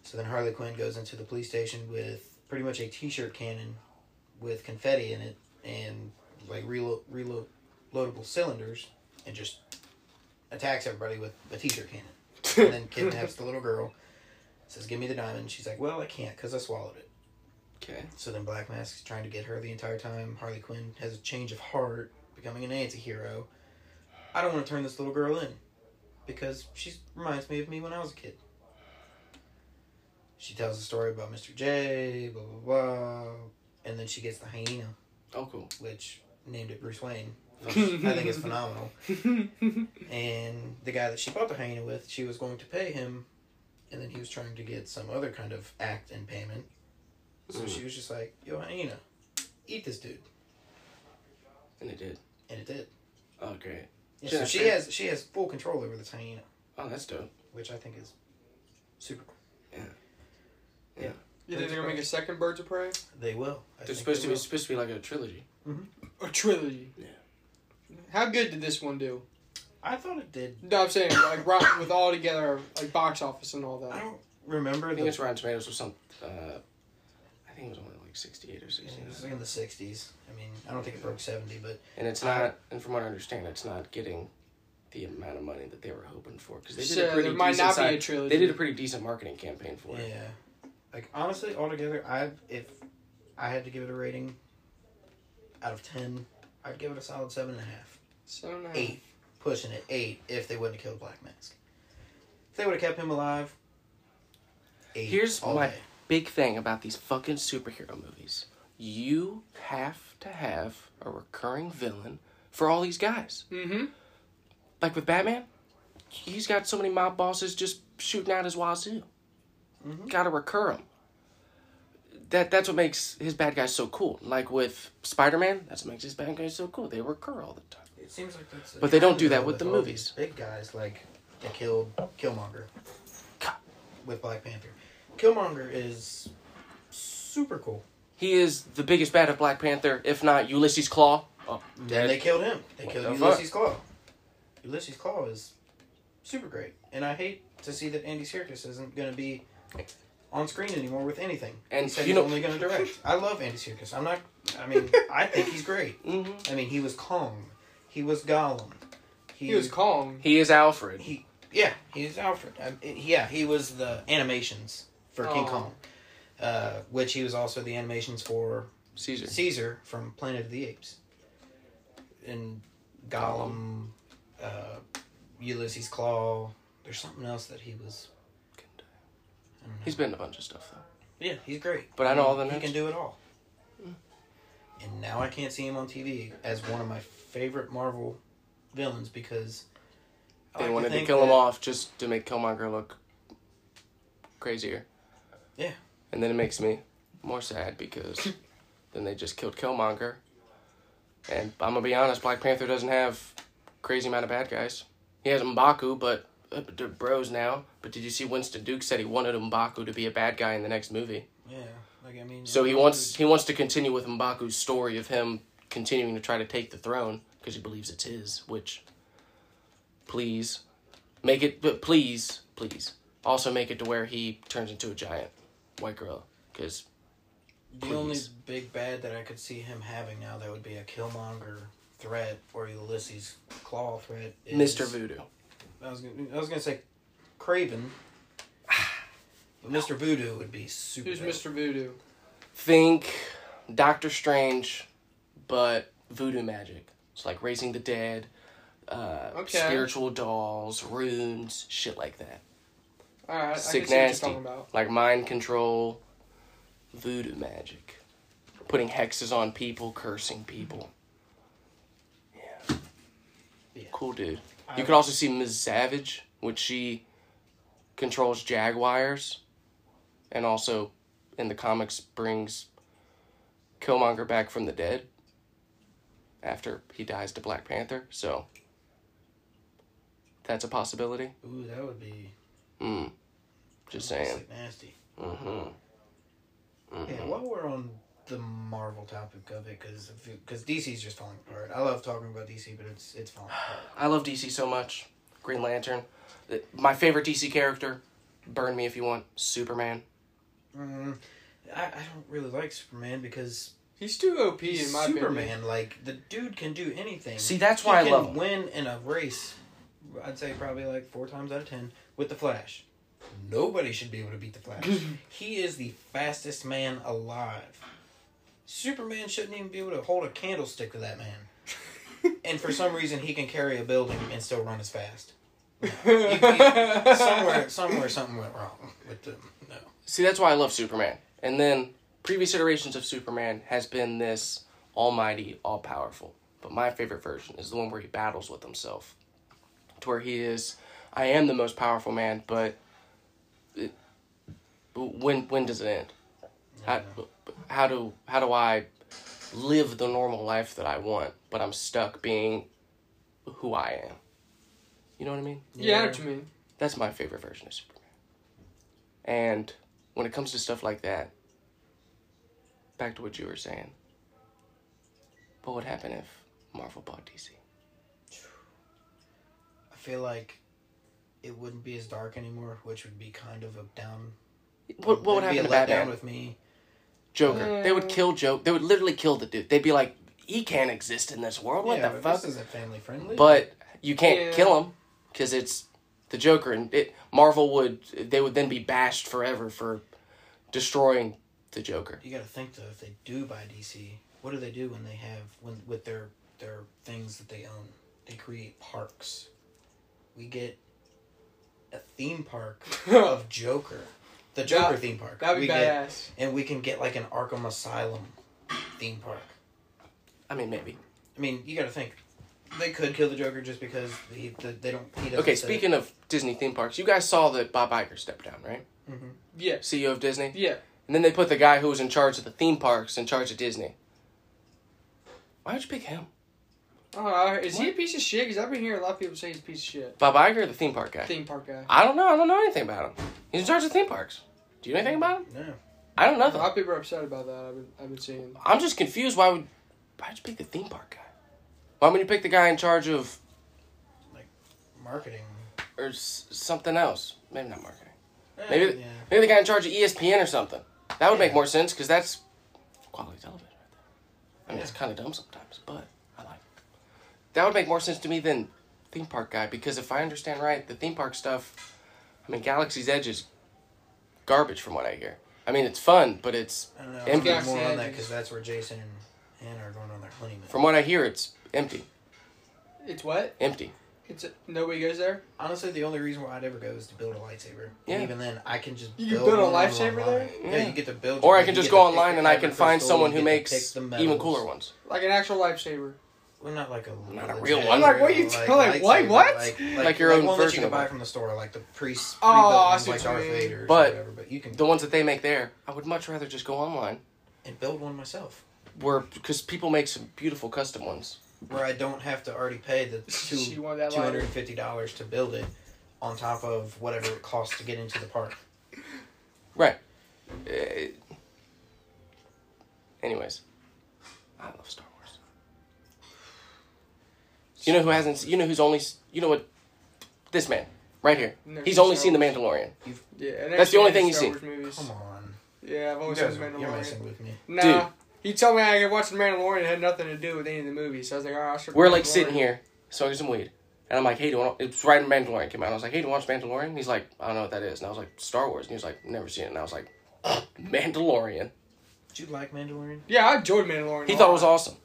Speaker 3: So then Harley Quinn goes into the police station with pretty much a t shirt cannon with confetti in it and like reload, reload, loadable cylinders and just attacks everybody with a taser cannon. and then kidnaps the little girl. Says, "Give me the diamond." She's like, "Well, I can't because I swallowed it."
Speaker 1: Okay.
Speaker 3: So then Black Mask's trying to get her the entire time. Harley Quinn has a change of heart, becoming an anti-hero. I don't want to turn this little girl in because she reminds me of me when I was a kid. She tells a story about Mr. J, blah blah blah, and then she gets the hyena,
Speaker 1: Oh, cool.
Speaker 3: which named it Bruce Wayne, which I think is phenomenal and the guy that she bought the hyena with, she was going to pay him, and then he was trying to get some other kind of act in payment. So
Speaker 1: Mm.
Speaker 3: she was just like, "Yo, hyena, eat this dude,"
Speaker 1: And it did.
Speaker 3: and it did.
Speaker 1: Oh, great.
Speaker 3: Yeah,
Speaker 1: Yeah,
Speaker 3: so she
Speaker 1: sure.
Speaker 3: has she has full control over this hyena,
Speaker 1: Oh, that's dope.
Speaker 3: which I think is super. cool.
Speaker 2: You think they're gonna make a second Birds of Prey?
Speaker 3: They will. I
Speaker 1: They're
Speaker 3: think
Speaker 1: supposed
Speaker 3: they
Speaker 1: to be
Speaker 3: will.
Speaker 1: supposed to be like a trilogy.
Speaker 2: A trilogy.
Speaker 1: Yeah.
Speaker 2: How good did this one do?
Speaker 3: I thought it did.
Speaker 2: No, I'm saying like rock with all together, like box office and all
Speaker 3: I
Speaker 2: that.
Speaker 3: don't remember
Speaker 1: I think
Speaker 3: the.
Speaker 1: it's Rotten Tomatoes or some. Uh, I think it was only like sixty-eight or
Speaker 3: It was
Speaker 1: sixty-nine.
Speaker 3: in the '60s. I mean, I don't think it broke seventy, but
Speaker 1: And it's not. And from what I understand, it's not getting the amount of money that they were hoping for because they did
Speaker 2: So
Speaker 1: a pretty
Speaker 2: there might
Speaker 1: decent
Speaker 2: not be a
Speaker 1: side,
Speaker 2: trilogy.
Speaker 1: They did a pretty decent marketing campaign for it.
Speaker 3: yeah. Like honestly, altogether, I if I had to give it a rating out of ten, I'd give it a solid seven and a half.
Speaker 2: so nice.
Speaker 3: eight, pushing it eight. If they wouldn't have killed Black Mask, if they would have kept him alive. Eight
Speaker 1: Here's
Speaker 3: all
Speaker 1: my
Speaker 3: day.
Speaker 1: big thing about these fucking superhero movies. You have to have a recurring villain for all these guys.
Speaker 2: Mm-hmm.
Speaker 1: Like with Batman, he's got so many mob bosses just shooting out his wazoo.
Speaker 3: Mm-hmm.
Speaker 1: Got to recur him. That that's what makes his bad guys so cool. Like with Spider Man, that's what makes his bad guys so cool. They recur all the time.
Speaker 3: It seems like that's.
Speaker 1: But they don't do that with the
Speaker 3: all
Speaker 1: movies.
Speaker 3: these Big guys like they killed Killmonger
Speaker 1: Ka-
Speaker 3: with Black Panther. Killmonger is super cool.
Speaker 1: He is the biggest bad of Black Panther, if not Ulysses Claw. Oh,
Speaker 3: And they
Speaker 1: dead.
Speaker 3: killed him. They
Speaker 1: What
Speaker 3: killed
Speaker 1: the
Speaker 3: Ulysses Claw. Ulysses Claw is super great, and I hate to see that Andy Serkis isn't going to be on screen anymore with anything.
Speaker 1: And
Speaker 3: he said
Speaker 1: you
Speaker 3: he's
Speaker 1: know-
Speaker 3: only going to direct. I love Andy Serkis. I'm not. I mean, I think he's great.
Speaker 1: hmm
Speaker 3: I mean, he was Kong. He was Gollum.
Speaker 2: He was Kong.
Speaker 1: He is Alfred.
Speaker 3: He yeah, he's Alfred. Um, it- yeah, he was the animations for King
Speaker 2: Oh.
Speaker 3: Kong, uh, which he was also the animations for
Speaker 1: Caesar.
Speaker 3: Caesar from Planet of the Apes, and Gollum, uh, Ulysses Claw. There's something else that he was.
Speaker 1: He's been in a bunch of stuff though.
Speaker 3: Yeah, he's great.
Speaker 1: But I know all the
Speaker 3: He
Speaker 1: names.
Speaker 3: can do it all. And now I can't see him on TV as one of my favorite Marvel villains because I
Speaker 1: They
Speaker 3: like
Speaker 1: wanted to,
Speaker 3: think
Speaker 1: kill him
Speaker 3: that-
Speaker 1: off just to make Killmonger look crazier.
Speaker 3: Yeah.
Speaker 1: And then it makes me more sad because then they just killed Killmonger. And I'm gonna be honest, Black Panther doesn't have crazy amount of bad guys. He has Mbaku, but uh, they're bros now. But did you see Winston Duke said he wanted Mbaku to be a bad guy in the next movie?
Speaker 3: Yeah, like I mean.
Speaker 1: So he wants he wants to continue with Mbaku's story of him continuing to try to take the throne because he believes it's his. Which, please, make it. But please, please, also make it to where he turns into a giant white gorilla. Because
Speaker 3: The only
Speaker 1: Please.
Speaker 3: big bad that I could see him having now that would be a Killmonger threat or Ulysses Claw threat. Is,
Speaker 1: Mister Voodoo,
Speaker 3: I was gonna, I was gonna say, Craven. But Mr. Voodoo would be super.
Speaker 2: Who's
Speaker 3: dope.
Speaker 2: Mr. Voodoo?
Speaker 1: think Doctor Strange, but voodoo magic. It's like raising the dead, uh,
Speaker 2: Okay.
Speaker 1: spiritual dolls, runes, shit like that.
Speaker 2: All right, I
Speaker 1: Sick
Speaker 2: can see what you're
Speaker 1: nasty.
Speaker 2: talking about.
Speaker 1: like mind control, voodoo magic, putting hexes on people, cursing people. Yeah.
Speaker 3: Yeah.
Speaker 1: Cool dude.
Speaker 3: I
Speaker 1: You
Speaker 3: would-
Speaker 1: could also see Ms. Savage, which she controls jaguars, and also in the comics brings Killmonger back from the dead after he dies to Black Panther. So that's a possibility.
Speaker 3: Ooh, that would be
Speaker 1: Mm. Just
Speaker 3: that would be
Speaker 1: saying.
Speaker 3: sick nasty.
Speaker 1: Mm-hmm.
Speaker 3: Yeah, while we're on the Marvel topic of it, because because DC's just falling apart. I love talking about DC, but it's it's falling apart.
Speaker 1: I love DC so much. Green Lantern. Th- My favorite DC character, burn me if you want, Superman.
Speaker 3: Mm, I, I don't really like Superman because
Speaker 2: He's too OP in my
Speaker 3: Superman,
Speaker 2: opinion.
Speaker 3: like the dude can do anything.
Speaker 1: See, that's
Speaker 3: He
Speaker 1: why I
Speaker 3: can
Speaker 1: love him.
Speaker 3: Win in a race, I'd say probably like four times out of ten with the Flash. Nobody should be able to beat the Flash. he is the fastest man alive. Superman shouldn't even be able to hold a candlestick to that man. and for some reason, he can carry a building and still run as fast. No. You- you- somewhere, somewhere, something went wrong with them. No.
Speaker 1: See, that's why I love Superman. And then previous iterations of Superman has been this almighty, all powerful. But my favorite version is the one where he battles with himself, to where he is, I am the most powerful man, but it, but when when does it end? How, how do how do I live the normal life that I want, but I'm stuck being who I am? You know what I mean?
Speaker 2: Yeah, I know what you mean.
Speaker 1: That's my favorite version of Superman. And when it comes to stuff like that, back to what you were saying. What would happen if Marvel bought DC?
Speaker 3: I feel like it wouldn't be as dark anymore, which would be kind of a down.
Speaker 1: What, what would
Speaker 3: it'd be
Speaker 1: happen
Speaker 3: a
Speaker 1: to
Speaker 3: letdown
Speaker 1: Batman?
Speaker 3: with me?
Speaker 1: Joker. they would
Speaker 2: Mm.
Speaker 1: kill Joker. They would literally kill the dude. They'd be like, he can't exist in this world. What
Speaker 3: yeah,
Speaker 1: the
Speaker 3: but
Speaker 1: fuck?
Speaker 3: This isn't family friendly.
Speaker 1: But you can't
Speaker 2: Yeah.
Speaker 1: kill him because it's the Joker, and it, Marvel would they would then be bashed forever for destroying the Joker.
Speaker 3: you got to think though, if they do buy DC, what do they do when they have when with their their things that they own? They create parks. We get a theme park of Joker, the Joker
Speaker 2: That-
Speaker 3: theme park.
Speaker 2: That'd be
Speaker 3: we get,
Speaker 2: badass.
Speaker 3: and we can get like an Arkham Asylum theme park.
Speaker 1: I mean, maybe.
Speaker 3: I mean, you got to think. They could kill the Joker just because he, the, they don't. He doesn't
Speaker 1: Okay,
Speaker 3: fit.
Speaker 1: speaking of Disney theme parks, you guys saw that Bob Iger stepped down, right?
Speaker 2: Yeah.
Speaker 1: CEO of Disney.
Speaker 2: Yeah.
Speaker 1: And then they put the guy who was in charge of the theme parks in charge of Disney. Why would you pick him?
Speaker 2: Uh, is he a piece of shit? Because I've been hearing a lot of people say he's a piece of shit.
Speaker 1: Bob Iger, the theme park guy.
Speaker 2: Theme park guy.
Speaker 1: I don't know. I don't know anything about him. He's in charge of theme parks. Do you know anything about him?
Speaker 3: No.
Speaker 1: I don't know.
Speaker 2: A
Speaker 1: Them.
Speaker 2: lot of people are upset about that. I've been, I've been seeing.
Speaker 1: I'm just confused. Why would why would you pick the theme park guy? Why wouldn't you pick the guy in charge of
Speaker 3: Marketing.
Speaker 1: or s- something else? Maybe not marketing.
Speaker 3: Eh,
Speaker 1: Maybe-
Speaker 3: Yeah.
Speaker 1: Maybe the guy in charge of E ESPN or something. That would make
Speaker 3: Yeah.
Speaker 1: more sense because that's quality television right there. I mean, it's
Speaker 3: Yeah.
Speaker 1: kind of dumb sometimes, but I like it. That would make more sense to me than theme park guy because if I understand right, the theme park stuff, I mean, Galaxy's Edge is garbage from what I hear. I mean, it's fun, but it's,
Speaker 3: I don't know.
Speaker 1: Empty.
Speaker 3: I'm getting more on that
Speaker 2: Jackson.
Speaker 3: because that's where Jason and Anna are going on their honeymoon.
Speaker 1: from what I hear, it's empty.
Speaker 2: It's what?
Speaker 1: Empty.
Speaker 2: It's nobody goes there.
Speaker 3: Honestly, the only reason why I'd ever go is to build a lightsaber.
Speaker 1: Yeah.
Speaker 3: And even then, I can just
Speaker 2: You can build a
Speaker 3: one
Speaker 2: lightsaber
Speaker 3: online.
Speaker 2: there?
Speaker 3: Yeah.
Speaker 1: Yeah.
Speaker 3: you get to build.
Speaker 1: Or I
Speaker 3: you
Speaker 1: can
Speaker 3: get
Speaker 1: just
Speaker 3: to
Speaker 1: go
Speaker 3: pick
Speaker 1: online
Speaker 3: the
Speaker 1: and I
Speaker 3: copper
Speaker 1: can find
Speaker 3: crystal,
Speaker 1: someone
Speaker 3: you
Speaker 1: who
Speaker 3: get to pick
Speaker 1: makes
Speaker 3: the
Speaker 1: even
Speaker 3: metals.
Speaker 1: cooler ones.
Speaker 2: Like an actual lifesaver.
Speaker 3: Well, not like a
Speaker 1: Not a
Speaker 3: legit-
Speaker 1: real one. I'm
Speaker 2: like, what are you
Speaker 3: like,
Speaker 2: telling-
Speaker 3: lightsaber,
Speaker 2: what, what?
Speaker 3: Like,
Speaker 1: Like your own
Speaker 3: one that
Speaker 1: version
Speaker 3: you
Speaker 1: of
Speaker 3: can buy
Speaker 1: it.
Speaker 3: from the store, like the pre
Speaker 2: Oh, I
Speaker 3: ones
Speaker 2: see
Speaker 3: like
Speaker 2: what you
Speaker 3: Darth
Speaker 2: mean.
Speaker 3: Vader's
Speaker 1: But-
Speaker 3: or whatever. But you can
Speaker 1: The ones that they make there, I would much rather just go online
Speaker 3: and build one myself,
Speaker 1: where because people make some beautiful custom ones.
Speaker 3: where I don't have to already pay the two
Speaker 2: She wanted that
Speaker 3: two
Speaker 2: lighter.
Speaker 3: hundred and fifty dollars to build it, on top of whatever it costs to get into the park.
Speaker 1: Right. Uh, anyways, I love Star Wars. You know who hasn't? You know who's only? You know what? This man right here.
Speaker 2: Never
Speaker 1: He's
Speaker 2: seen
Speaker 1: only
Speaker 2: Star
Speaker 1: seen The
Speaker 2: Wars.
Speaker 1: Mandalorian.
Speaker 2: Yeah. and
Speaker 1: That's the only thing
Speaker 2: any Star
Speaker 1: you
Speaker 2: Wars movies.
Speaker 3: Come on,
Speaker 2: Yeah, I've
Speaker 3: you
Speaker 2: only seen
Speaker 3: guys,
Speaker 2: the
Speaker 3: are- you're messing
Speaker 2: Mandalorian.
Speaker 3: with me.
Speaker 2: Nah.
Speaker 1: Dude.
Speaker 2: He told me I could watch the Mandalorian it had nothing to do with any of the movies. So I was like, all right, I'll start
Speaker 1: We're
Speaker 2: with
Speaker 1: like
Speaker 2: Mandalorian.
Speaker 1: sitting here smoking some weed, and I'm like, "Hey, do you want?" to It's right when Mandalorian came out. I was like, "Hey, do you want to watch Mandalorian?" He's like, "I don't know what that is," and I was like, "Star Wars," and he was like, "Never seen it," and I was like, "Mandalorian."
Speaker 3: Did you like Mandalorian?
Speaker 2: Yeah, I enjoyed Mandalorian.
Speaker 1: He
Speaker 2: a
Speaker 1: thought it
Speaker 2: lot.
Speaker 1: was awesome.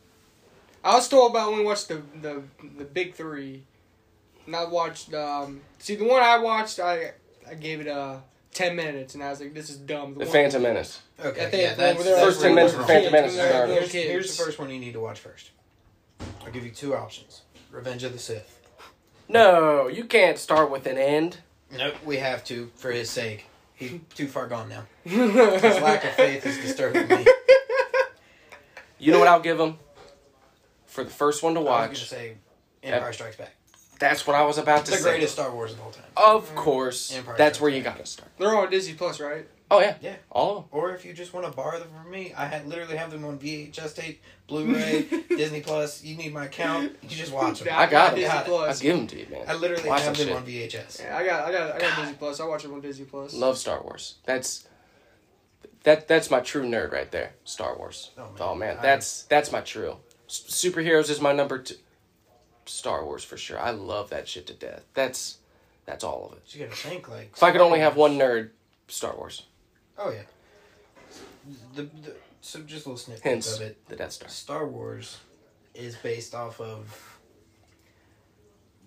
Speaker 2: I was told about when we watched the the the big three. And I watched um see the one I watched I I gave it uh ten minutes and I was like this is dumb.
Speaker 1: The
Speaker 2: one-
Speaker 1: Phantom Menace.
Speaker 3: Okay,
Speaker 2: I think
Speaker 3: yeah,
Speaker 2: it's
Speaker 3: that's,
Speaker 2: over there.
Speaker 3: that's
Speaker 1: First
Speaker 3: where
Speaker 1: 10
Speaker 3: you
Speaker 1: minutes
Speaker 3: went
Speaker 1: of
Speaker 3: wrong.
Speaker 1: Phantom Menace is
Speaker 2: Alright,
Speaker 1: Star
Speaker 3: Here's,
Speaker 1: Wars.
Speaker 2: kids.
Speaker 3: here's the first one you need to watch first. I'll give you two options: Revenge of the Sith.
Speaker 1: No, you can't start with an end.
Speaker 3: Nope, we have to for his sake. He's too far gone now. His lack of faith is disturbing me.
Speaker 1: You know what I'll give him for the first one to
Speaker 3: I was
Speaker 1: watch.
Speaker 3: gonna say Empire Strikes Back.
Speaker 1: That's what I was about to
Speaker 3: The
Speaker 1: say.
Speaker 3: greatest Star Wars of all time.
Speaker 1: Of course,
Speaker 3: Empire
Speaker 1: that's
Speaker 3: Strikes
Speaker 1: where you
Speaker 3: Back.
Speaker 1: gotta start.
Speaker 2: They're all on Disney Plus, right?
Speaker 1: Oh yeah,
Speaker 3: Yeah.
Speaker 1: all of them.
Speaker 3: Or if you just want to borrow them from me, I had literally have them on VHS tape, Blu-ray, Disney Plus. You need my account. You just watch them.
Speaker 2: Yeah,
Speaker 1: I got
Speaker 2: got
Speaker 1: them.
Speaker 2: Disney
Speaker 1: I
Speaker 2: Plus.
Speaker 1: give them to you, man.
Speaker 3: I literally
Speaker 1: Watch
Speaker 3: have
Speaker 1: that
Speaker 3: them
Speaker 1: shit.
Speaker 3: on VHS.
Speaker 2: Yeah, I got I got I got Disney Plus. I watch it on Disney Plus.
Speaker 1: Love Star Wars. That's that that's my true nerd right there. Star Wars.
Speaker 3: Oh,
Speaker 1: Oh
Speaker 3: man.
Speaker 1: man,
Speaker 3: I-
Speaker 1: that's that's my true. S- superheroes is my number two. Star Wars for sure. I love that shit to death. That's that's all of it.
Speaker 3: You gotta think like.
Speaker 1: If I could only have one nerd, Star Wars.
Speaker 3: Oh yeah. The, the so just a little snippet
Speaker 1: Hence
Speaker 3: of it.
Speaker 1: the Death Star.
Speaker 3: Star Wars is based off of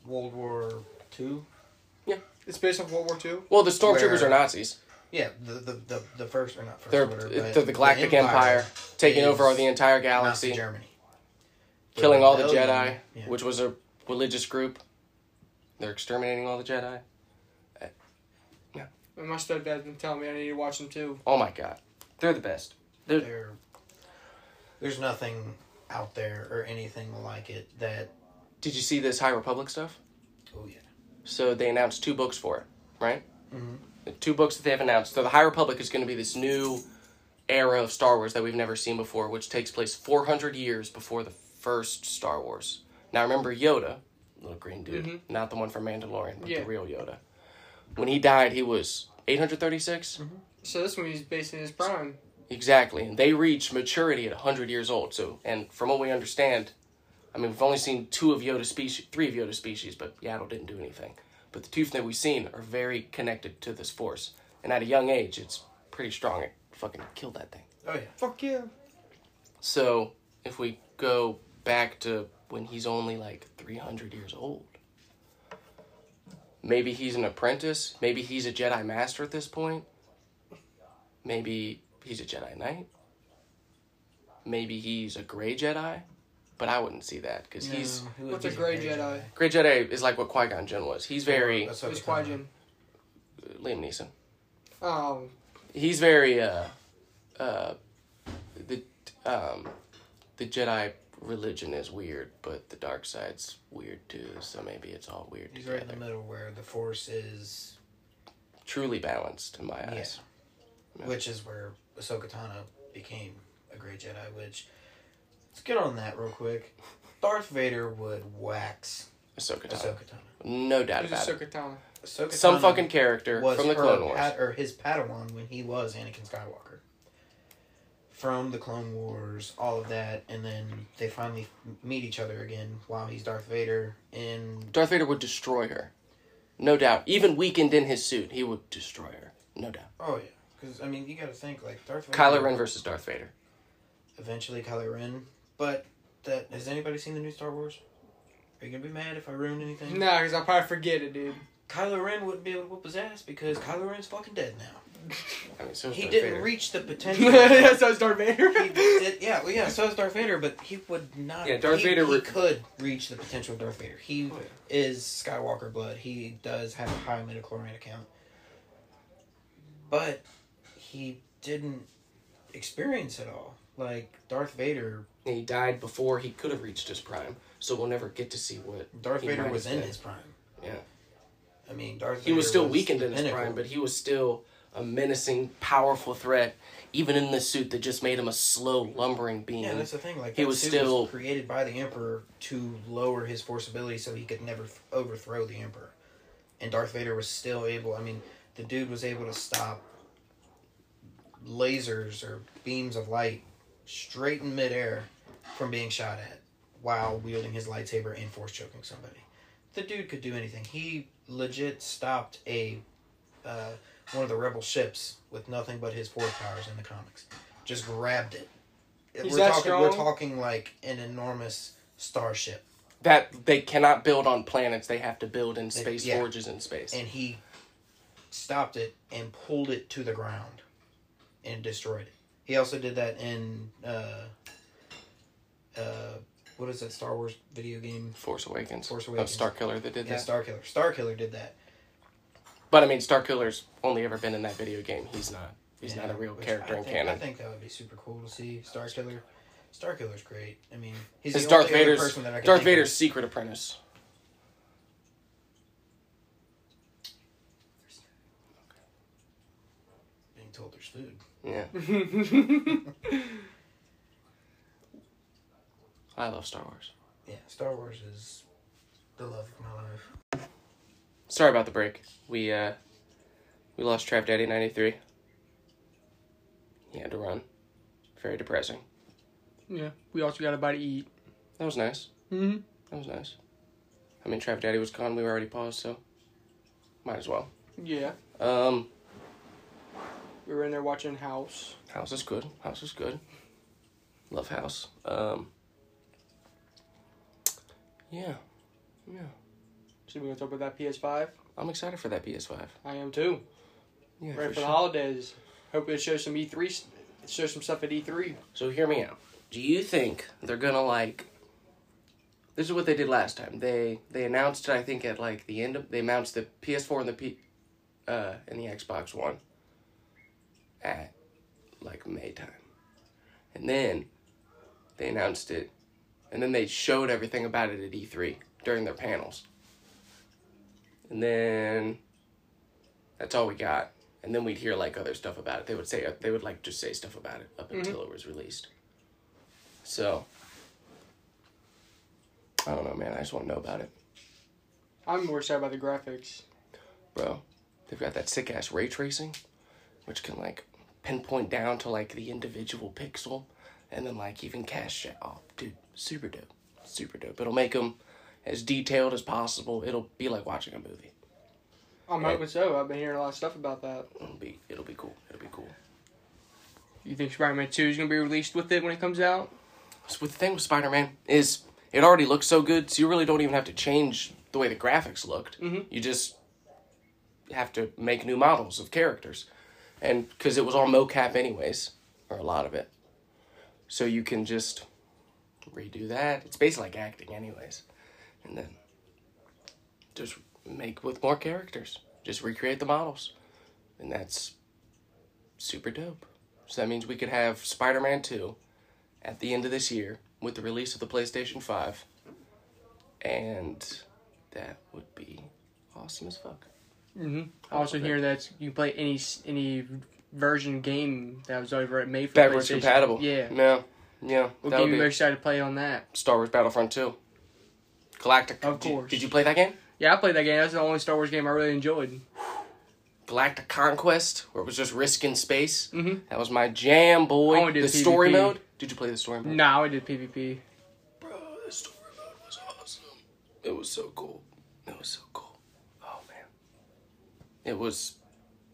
Speaker 3: World War Two.
Speaker 2: It's based off World War Two.
Speaker 1: Well, the stormtroopers
Speaker 3: Where-
Speaker 1: are Nazis.
Speaker 3: Yeah, the the, the, the first or not 1st
Speaker 1: They're
Speaker 3: order, but
Speaker 1: they're the Galactic Empire, taking
Speaker 3: is
Speaker 1: over the entire
Speaker 3: Nazi
Speaker 1: galaxy,
Speaker 3: Germany,
Speaker 1: killing all the
Speaker 3: rebellion,
Speaker 1: Jedi,
Speaker 3: yeah.
Speaker 1: which was a religious group. They're exterminating all the Jedi.
Speaker 2: And my stepdad's been telling me I need to watch them too.
Speaker 1: Oh my god, they're the best. They're
Speaker 3: there there's nothing out there or anything like it that
Speaker 1: Did you see this High Republic stuff?
Speaker 3: oh yeah
Speaker 1: So they announced two books for it, right?
Speaker 3: Mhm.
Speaker 1: The two books that they have announced. So the High Republic is going to be this new era of Star Wars that we've never seen before, which takes place 400 years before the first Star Wars. Now remember Yoda, little green dude,
Speaker 2: Mhm.
Speaker 1: not the one from Mandalorian, but
Speaker 2: Yeah.
Speaker 1: the real Yoda. When he died, he was 836.
Speaker 2: So this movie's based in his prime.
Speaker 1: Exactly. And they reach maturity at 100 years old. So, and from what we understand, I mean, we've only seen two of Yoda species, three of Yoda species, but Yaddle didn't do anything. But the two that we've seen are very connected to this force. And at a young age, it's pretty strong. It fucking killed that thing.
Speaker 3: oh yeah
Speaker 2: Fuck yeah.
Speaker 1: So, if we go back to when he's only like 300 years old, maybe he's an apprentice. Maybe he's a Jedi Master at this point. Maybe he's a Jedi Knight. Maybe he's a Grey Jedi. But I wouldn't see that because he's.
Speaker 3: No, he would
Speaker 2: What's a
Speaker 3: be
Speaker 2: gray Jedi?
Speaker 1: Grey Jedi is like what Qui Gon Jinn was. He's very.
Speaker 3: That's what
Speaker 2: It's
Speaker 3: I'm talking
Speaker 2: Qui Jin.
Speaker 1: Liam Neeson.
Speaker 2: Oh,
Speaker 1: He's very. uh uh The. um The Jedi religion is weird, but the dark side's weird too, so maybe it's all weird
Speaker 3: about. he's right
Speaker 1: together.
Speaker 3: in the middle where the force is
Speaker 1: Truly balanced in my eyes. Yeah.
Speaker 3: which is where Ahsoka Tano became a great Jedi which let's get on that real quick Darth Vader would wax
Speaker 1: Ahsoka Tano.
Speaker 3: Ahsoka Tano
Speaker 1: No doubt
Speaker 2: there's a
Speaker 1: about it.
Speaker 2: Sokatana.
Speaker 3: Ahsoka
Speaker 1: Some
Speaker 3: Tano
Speaker 1: fucking character
Speaker 3: was
Speaker 1: from the
Speaker 3: her
Speaker 1: Clone Wars.
Speaker 3: Pat, or his Padawan when he was Anakin Skywalker. From the Clone Wars, all of that, and then they finally meet each other again while he's Darth Vader. And
Speaker 1: Darth Vader would destroy her. No doubt. Even weakened in his suit, he would destroy her. No doubt.
Speaker 3: oh yeah, because I mean you got to think like Darth Vader.
Speaker 1: Kylo Ren versus Darth Vader.
Speaker 3: Eventually Kylo Ren, but that has anybody seen the new Star Wars? Are you gonna be mad if I ruin anything?
Speaker 2: Nah, because I'll probably forget it, dude.
Speaker 3: Kylo Ren wouldn't be able to whoop his ass because Kylo Ren's fucking dead now.
Speaker 1: I mean, so is
Speaker 3: He
Speaker 1: Darth
Speaker 3: didn't
Speaker 1: Vader.
Speaker 3: reach the potential.
Speaker 2: That's how it's Darth Vader.
Speaker 3: he did, yeah, well, yeah. So is Darth Vader, but he would not.
Speaker 1: Yeah, Darth
Speaker 3: he,
Speaker 1: Vader
Speaker 3: He
Speaker 1: re-
Speaker 3: could reach the potential of Darth Vader. He
Speaker 1: Oh, yeah.
Speaker 3: is Skywalker blood. He does have a high midichlorian count, but he didn't experience it all. Like Darth Vader,
Speaker 1: And he died before he could have reached his prime, so we'll never get to see what
Speaker 3: Darth
Speaker 1: He
Speaker 3: Vader
Speaker 1: might
Speaker 3: was
Speaker 1: have
Speaker 3: in
Speaker 1: been.
Speaker 3: his prime.
Speaker 1: Yeah.
Speaker 3: I mean, Darth.
Speaker 1: he was
Speaker 3: Vader
Speaker 1: still weakened
Speaker 3: the
Speaker 1: in his
Speaker 3: pinnacle.
Speaker 1: prime, but he was still a menacing, powerful threat, even in this suit that just made him a slow, lumbering being.
Speaker 3: Yeah, that's the thing. Like
Speaker 1: He
Speaker 3: that
Speaker 1: was
Speaker 3: suit
Speaker 1: still-
Speaker 3: created by the Emperor to lower his force ability, so he could never f- overthrow the Emperor. And Darth Vader was still able. I mean, the dude was able to stop lasers or beams of light straight in midair from being shot at while wielding his lightsaber and force choking somebody. The dude could do anything. He legit stopped a uh, one of the rebel ships with nothing but his force powers in the comics. Just grabbed it.
Speaker 2: He's
Speaker 3: we're
Speaker 2: that
Speaker 3: talking we're
Speaker 2: strong?
Speaker 3: talking like an enormous starship.
Speaker 1: that they cannot build on planets; they have to build in space
Speaker 3: yeah.
Speaker 1: forges in space.
Speaker 3: And he stopped it and pulled it to the ground and destroyed it. He also did that in uh uh what is that Star Wars video game?
Speaker 1: Force Awakens,
Speaker 3: Force
Speaker 1: Of
Speaker 3: Awakens.
Speaker 1: Starkiller that did
Speaker 3: Yeah,
Speaker 1: that.
Speaker 3: Starkiller. Starkiller did that.
Speaker 1: but I mean, Starkiller's only ever been in that video game. He's not. He's
Speaker 3: Yeah,
Speaker 1: not a real
Speaker 3: which
Speaker 1: character
Speaker 3: I
Speaker 1: in
Speaker 3: think, I
Speaker 1: canon.
Speaker 3: think that would be super cool to see Starkiller. Starkiller's great. I mean, he's
Speaker 1: It's
Speaker 3: the only
Speaker 1: Darth
Speaker 3: other
Speaker 1: Vader's.
Speaker 3: person that I can
Speaker 1: Darth
Speaker 3: think of.
Speaker 1: Vader's secret apprentice.
Speaker 3: being told there's food.
Speaker 1: Yeah, I love Star Wars.
Speaker 3: Yeah, Star Wars is the love of my life.
Speaker 1: Sorry about the break. We uh, we lost Trap Daddy ninety three. He had to run. Very depressing.
Speaker 2: Yeah. We also got a bite to eat.
Speaker 1: That was nice.
Speaker 2: Mm-hmm.
Speaker 1: That was nice. I mean, Trav Daddy was gone. We were already paused, so might as well.
Speaker 2: Yeah.
Speaker 1: Um,
Speaker 2: We were in there watching House.
Speaker 1: House is good. House is good. Love House. Um, yeah, yeah.
Speaker 2: So we're gonna talk about that PS5.
Speaker 1: I'm excited for that PS5.
Speaker 2: I am too.
Speaker 1: Yeah,
Speaker 2: Ready
Speaker 1: for
Speaker 2: for the
Speaker 1: sure.
Speaker 2: holidays. Hope it shows some E3. s- Shows some stuff at E E3.
Speaker 1: So hear me out. Do you think they're gonna like? This is what they did last time. They they announced it. I think at like the end of they announced the PS4 and the P, uh, and the Xbox One. At, like May time, and then, they announced it, and then they showed everything about it at E3 during their panels. And then, that's all we got. And then we'd hear like other stuff about it. They would say they would like just say stuff about it up until it was released. So I don't know, man. I just want to know about it,
Speaker 2: I'm more excited about the graphics.
Speaker 1: bro. They've got that sick ass ray tracing, which can like pinpoint down to like the individual pixel, and then like even cache shit off, dude. Super dope, super dope. It'll make them as detailed as possible. It'll be like watching a movie.
Speaker 2: I'm
Speaker 1: Right.
Speaker 2: hoping so. I've been hearing a lot of stuff about that.
Speaker 1: It'll be it'll be cool. It'll be cool.
Speaker 2: You think Spider-Man 2 is gonna be released with it when it comes out?
Speaker 1: So the thing with Spider Man is it already looks so good, so you really don't even have to change the way the graphics looked. You just have to make new models of characters, and because it was all mocap anyways, or a lot of it, so you can just redo that. It's basically like acting anyways, and then just make with more characters, just recreate the models, and that's super dope. So that means we could have Spider Man two at the end of this year with the release of the PlayStation 5. And that would be awesome as fuck.
Speaker 2: Mm-hmm. I also hear that you can play any s- any version game that was over at May for
Speaker 1: Backwards
Speaker 2: PlayStation.
Speaker 1: compatible.
Speaker 2: Yeah.
Speaker 1: Yeah. Yeah.
Speaker 2: What
Speaker 1: that
Speaker 2: game
Speaker 1: would
Speaker 2: you most
Speaker 1: be
Speaker 2: excited to play on that?
Speaker 1: Star Wars Battlefront 2. Galactic.
Speaker 2: Of
Speaker 1: Did you,
Speaker 2: course.
Speaker 1: did you play that game?
Speaker 2: Yeah, I played that game. That's the only Star Wars game I really enjoyed.
Speaker 1: Galactic Conquest, where it was just risk in space.
Speaker 2: Mhm.
Speaker 1: That was my jam, boy.
Speaker 2: I only did
Speaker 1: the story
Speaker 2: PvP.
Speaker 1: mode. Did you play the story mode?
Speaker 2: No, I did PvP.
Speaker 1: Bro, the story mode was awesome. It was so cool. It was so cool. Oh man. It was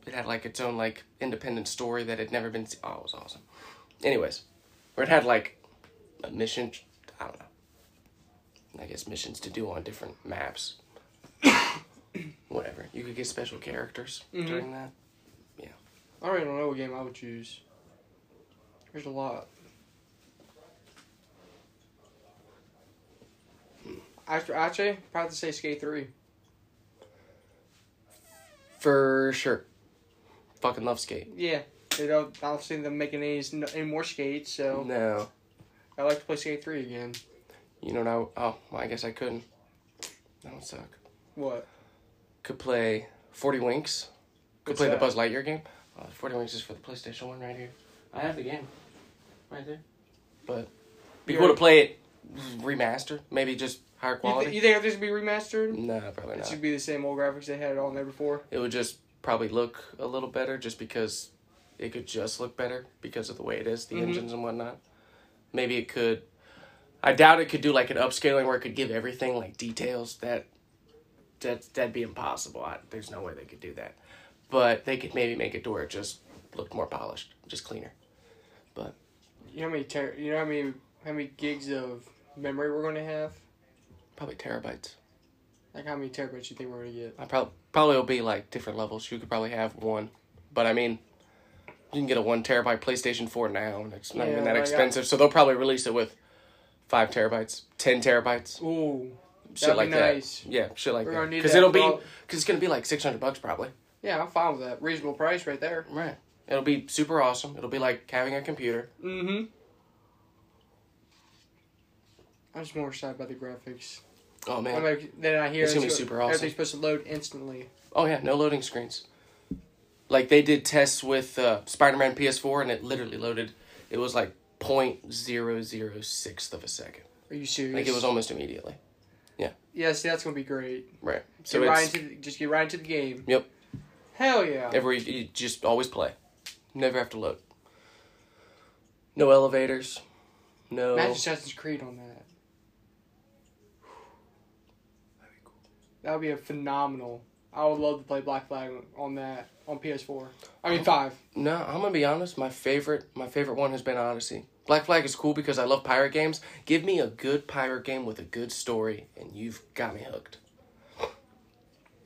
Speaker 1: it had like its own like independent story that had never been seen. Oh, it was awesome. Anyways, where it had like a mission I don't know. I guess missions to do on different maps. Whatever. You could get special characters during that.
Speaker 2: I don't even know what game I would choose. There's a lot. After actually, probably have to say Skate Three.
Speaker 1: For sure. Fucking love skate.
Speaker 2: Yeah, they don't. I don't see them making any s- any more skates, so
Speaker 1: No.
Speaker 2: I like to play Skate Three again.
Speaker 1: You know now oh well, I guess I couldn't. That would suck.
Speaker 2: What?
Speaker 1: could play 40 Winks. Could
Speaker 2: What's
Speaker 1: play the
Speaker 2: that?
Speaker 1: Buzz Lightyear game. Uh, 40 Winks is for the PlayStation 1 right here. I have the game right there. But be
Speaker 2: You're-
Speaker 1: cool to play it remastered. Maybe just higher
Speaker 2: You, th-
Speaker 1: quality.
Speaker 2: you think this would be remastered?
Speaker 1: No, probably
Speaker 2: It
Speaker 1: not.
Speaker 2: should be the same old graphics they had on there before.
Speaker 1: It would just probably look a little better just because it could just look better because of the way it is, the
Speaker 2: Mhm.
Speaker 1: engines and whatnot. Maybe it could. I doubt it could do like an upscaling where it could give everything like details that that that'd be impossible. I, there's no way they could do that. But they could maybe make it to where it just looked more polished, just cleaner.
Speaker 2: You know how many ter- you know how many how many gigs of memory we're gonna have?
Speaker 1: Probably terabytes.
Speaker 2: Like how many terabytes you think we're gonna get?
Speaker 1: I probably probably will be like different levels. You could probably have one, but I mean, you can get a one terabyte PlayStation Four now, and it's not
Speaker 2: Yeah,
Speaker 1: even that
Speaker 2: like, I-
Speaker 1: expensive. so they'll probably release it with five terabytes, ten terabytes,
Speaker 2: Ooh,
Speaker 1: shit
Speaker 2: that'd
Speaker 1: like
Speaker 2: be nice.
Speaker 1: that. Yeah, shit like
Speaker 2: We're
Speaker 1: that.
Speaker 2: gonna need
Speaker 1: Because
Speaker 2: that
Speaker 1: it'll be
Speaker 2: for all-
Speaker 1: because it's gonna be like six hundred bucks probably.
Speaker 2: Yeah, I'm fine with that. Reasonable price right there.
Speaker 1: Right. It'll be super awesome. It'll be like having a computer.
Speaker 2: Mm-hmm. I'm just more excited about the graphics.
Speaker 1: Oh man.
Speaker 2: I'm like, then I hear
Speaker 1: It's gonna be super awesome.
Speaker 2: Everything's supposed to load instantly.
Speaker 1: Oh yeah, no loading screens. Like they did tests with uh, Spider-Man PS4, and it literally loaded. It was like point zero zero sixth of a second.
Speaker 2: Are you serious?
Speaker 1: Like it was almost immediately.
Speaker 2: yeah, see, that's gonna be great.
Speaker 1: Right. So
Speaker 2: get
Speaker 1: it's
Speaker 2: right into the, just get right into the game.
Speaker 1: Yep.
Speaker 2: Hell yeah.
Speaker 1: every you just always play. Never have to load. No elevators. No.
Speaker 2: Imagine Assassin's Creed on that. That would be a phenomenal. I would love to play Black Flag on that on PS4. I
Speaker 1: Oh.
Speaker 2: mean five.
Speaker 1: No, I'm gonna be honest. My favorite, my favorite one has been Odyssey. Black Flag is cool because I love pirate games. Give me a good pirate game with a good story, and you've got me hooked.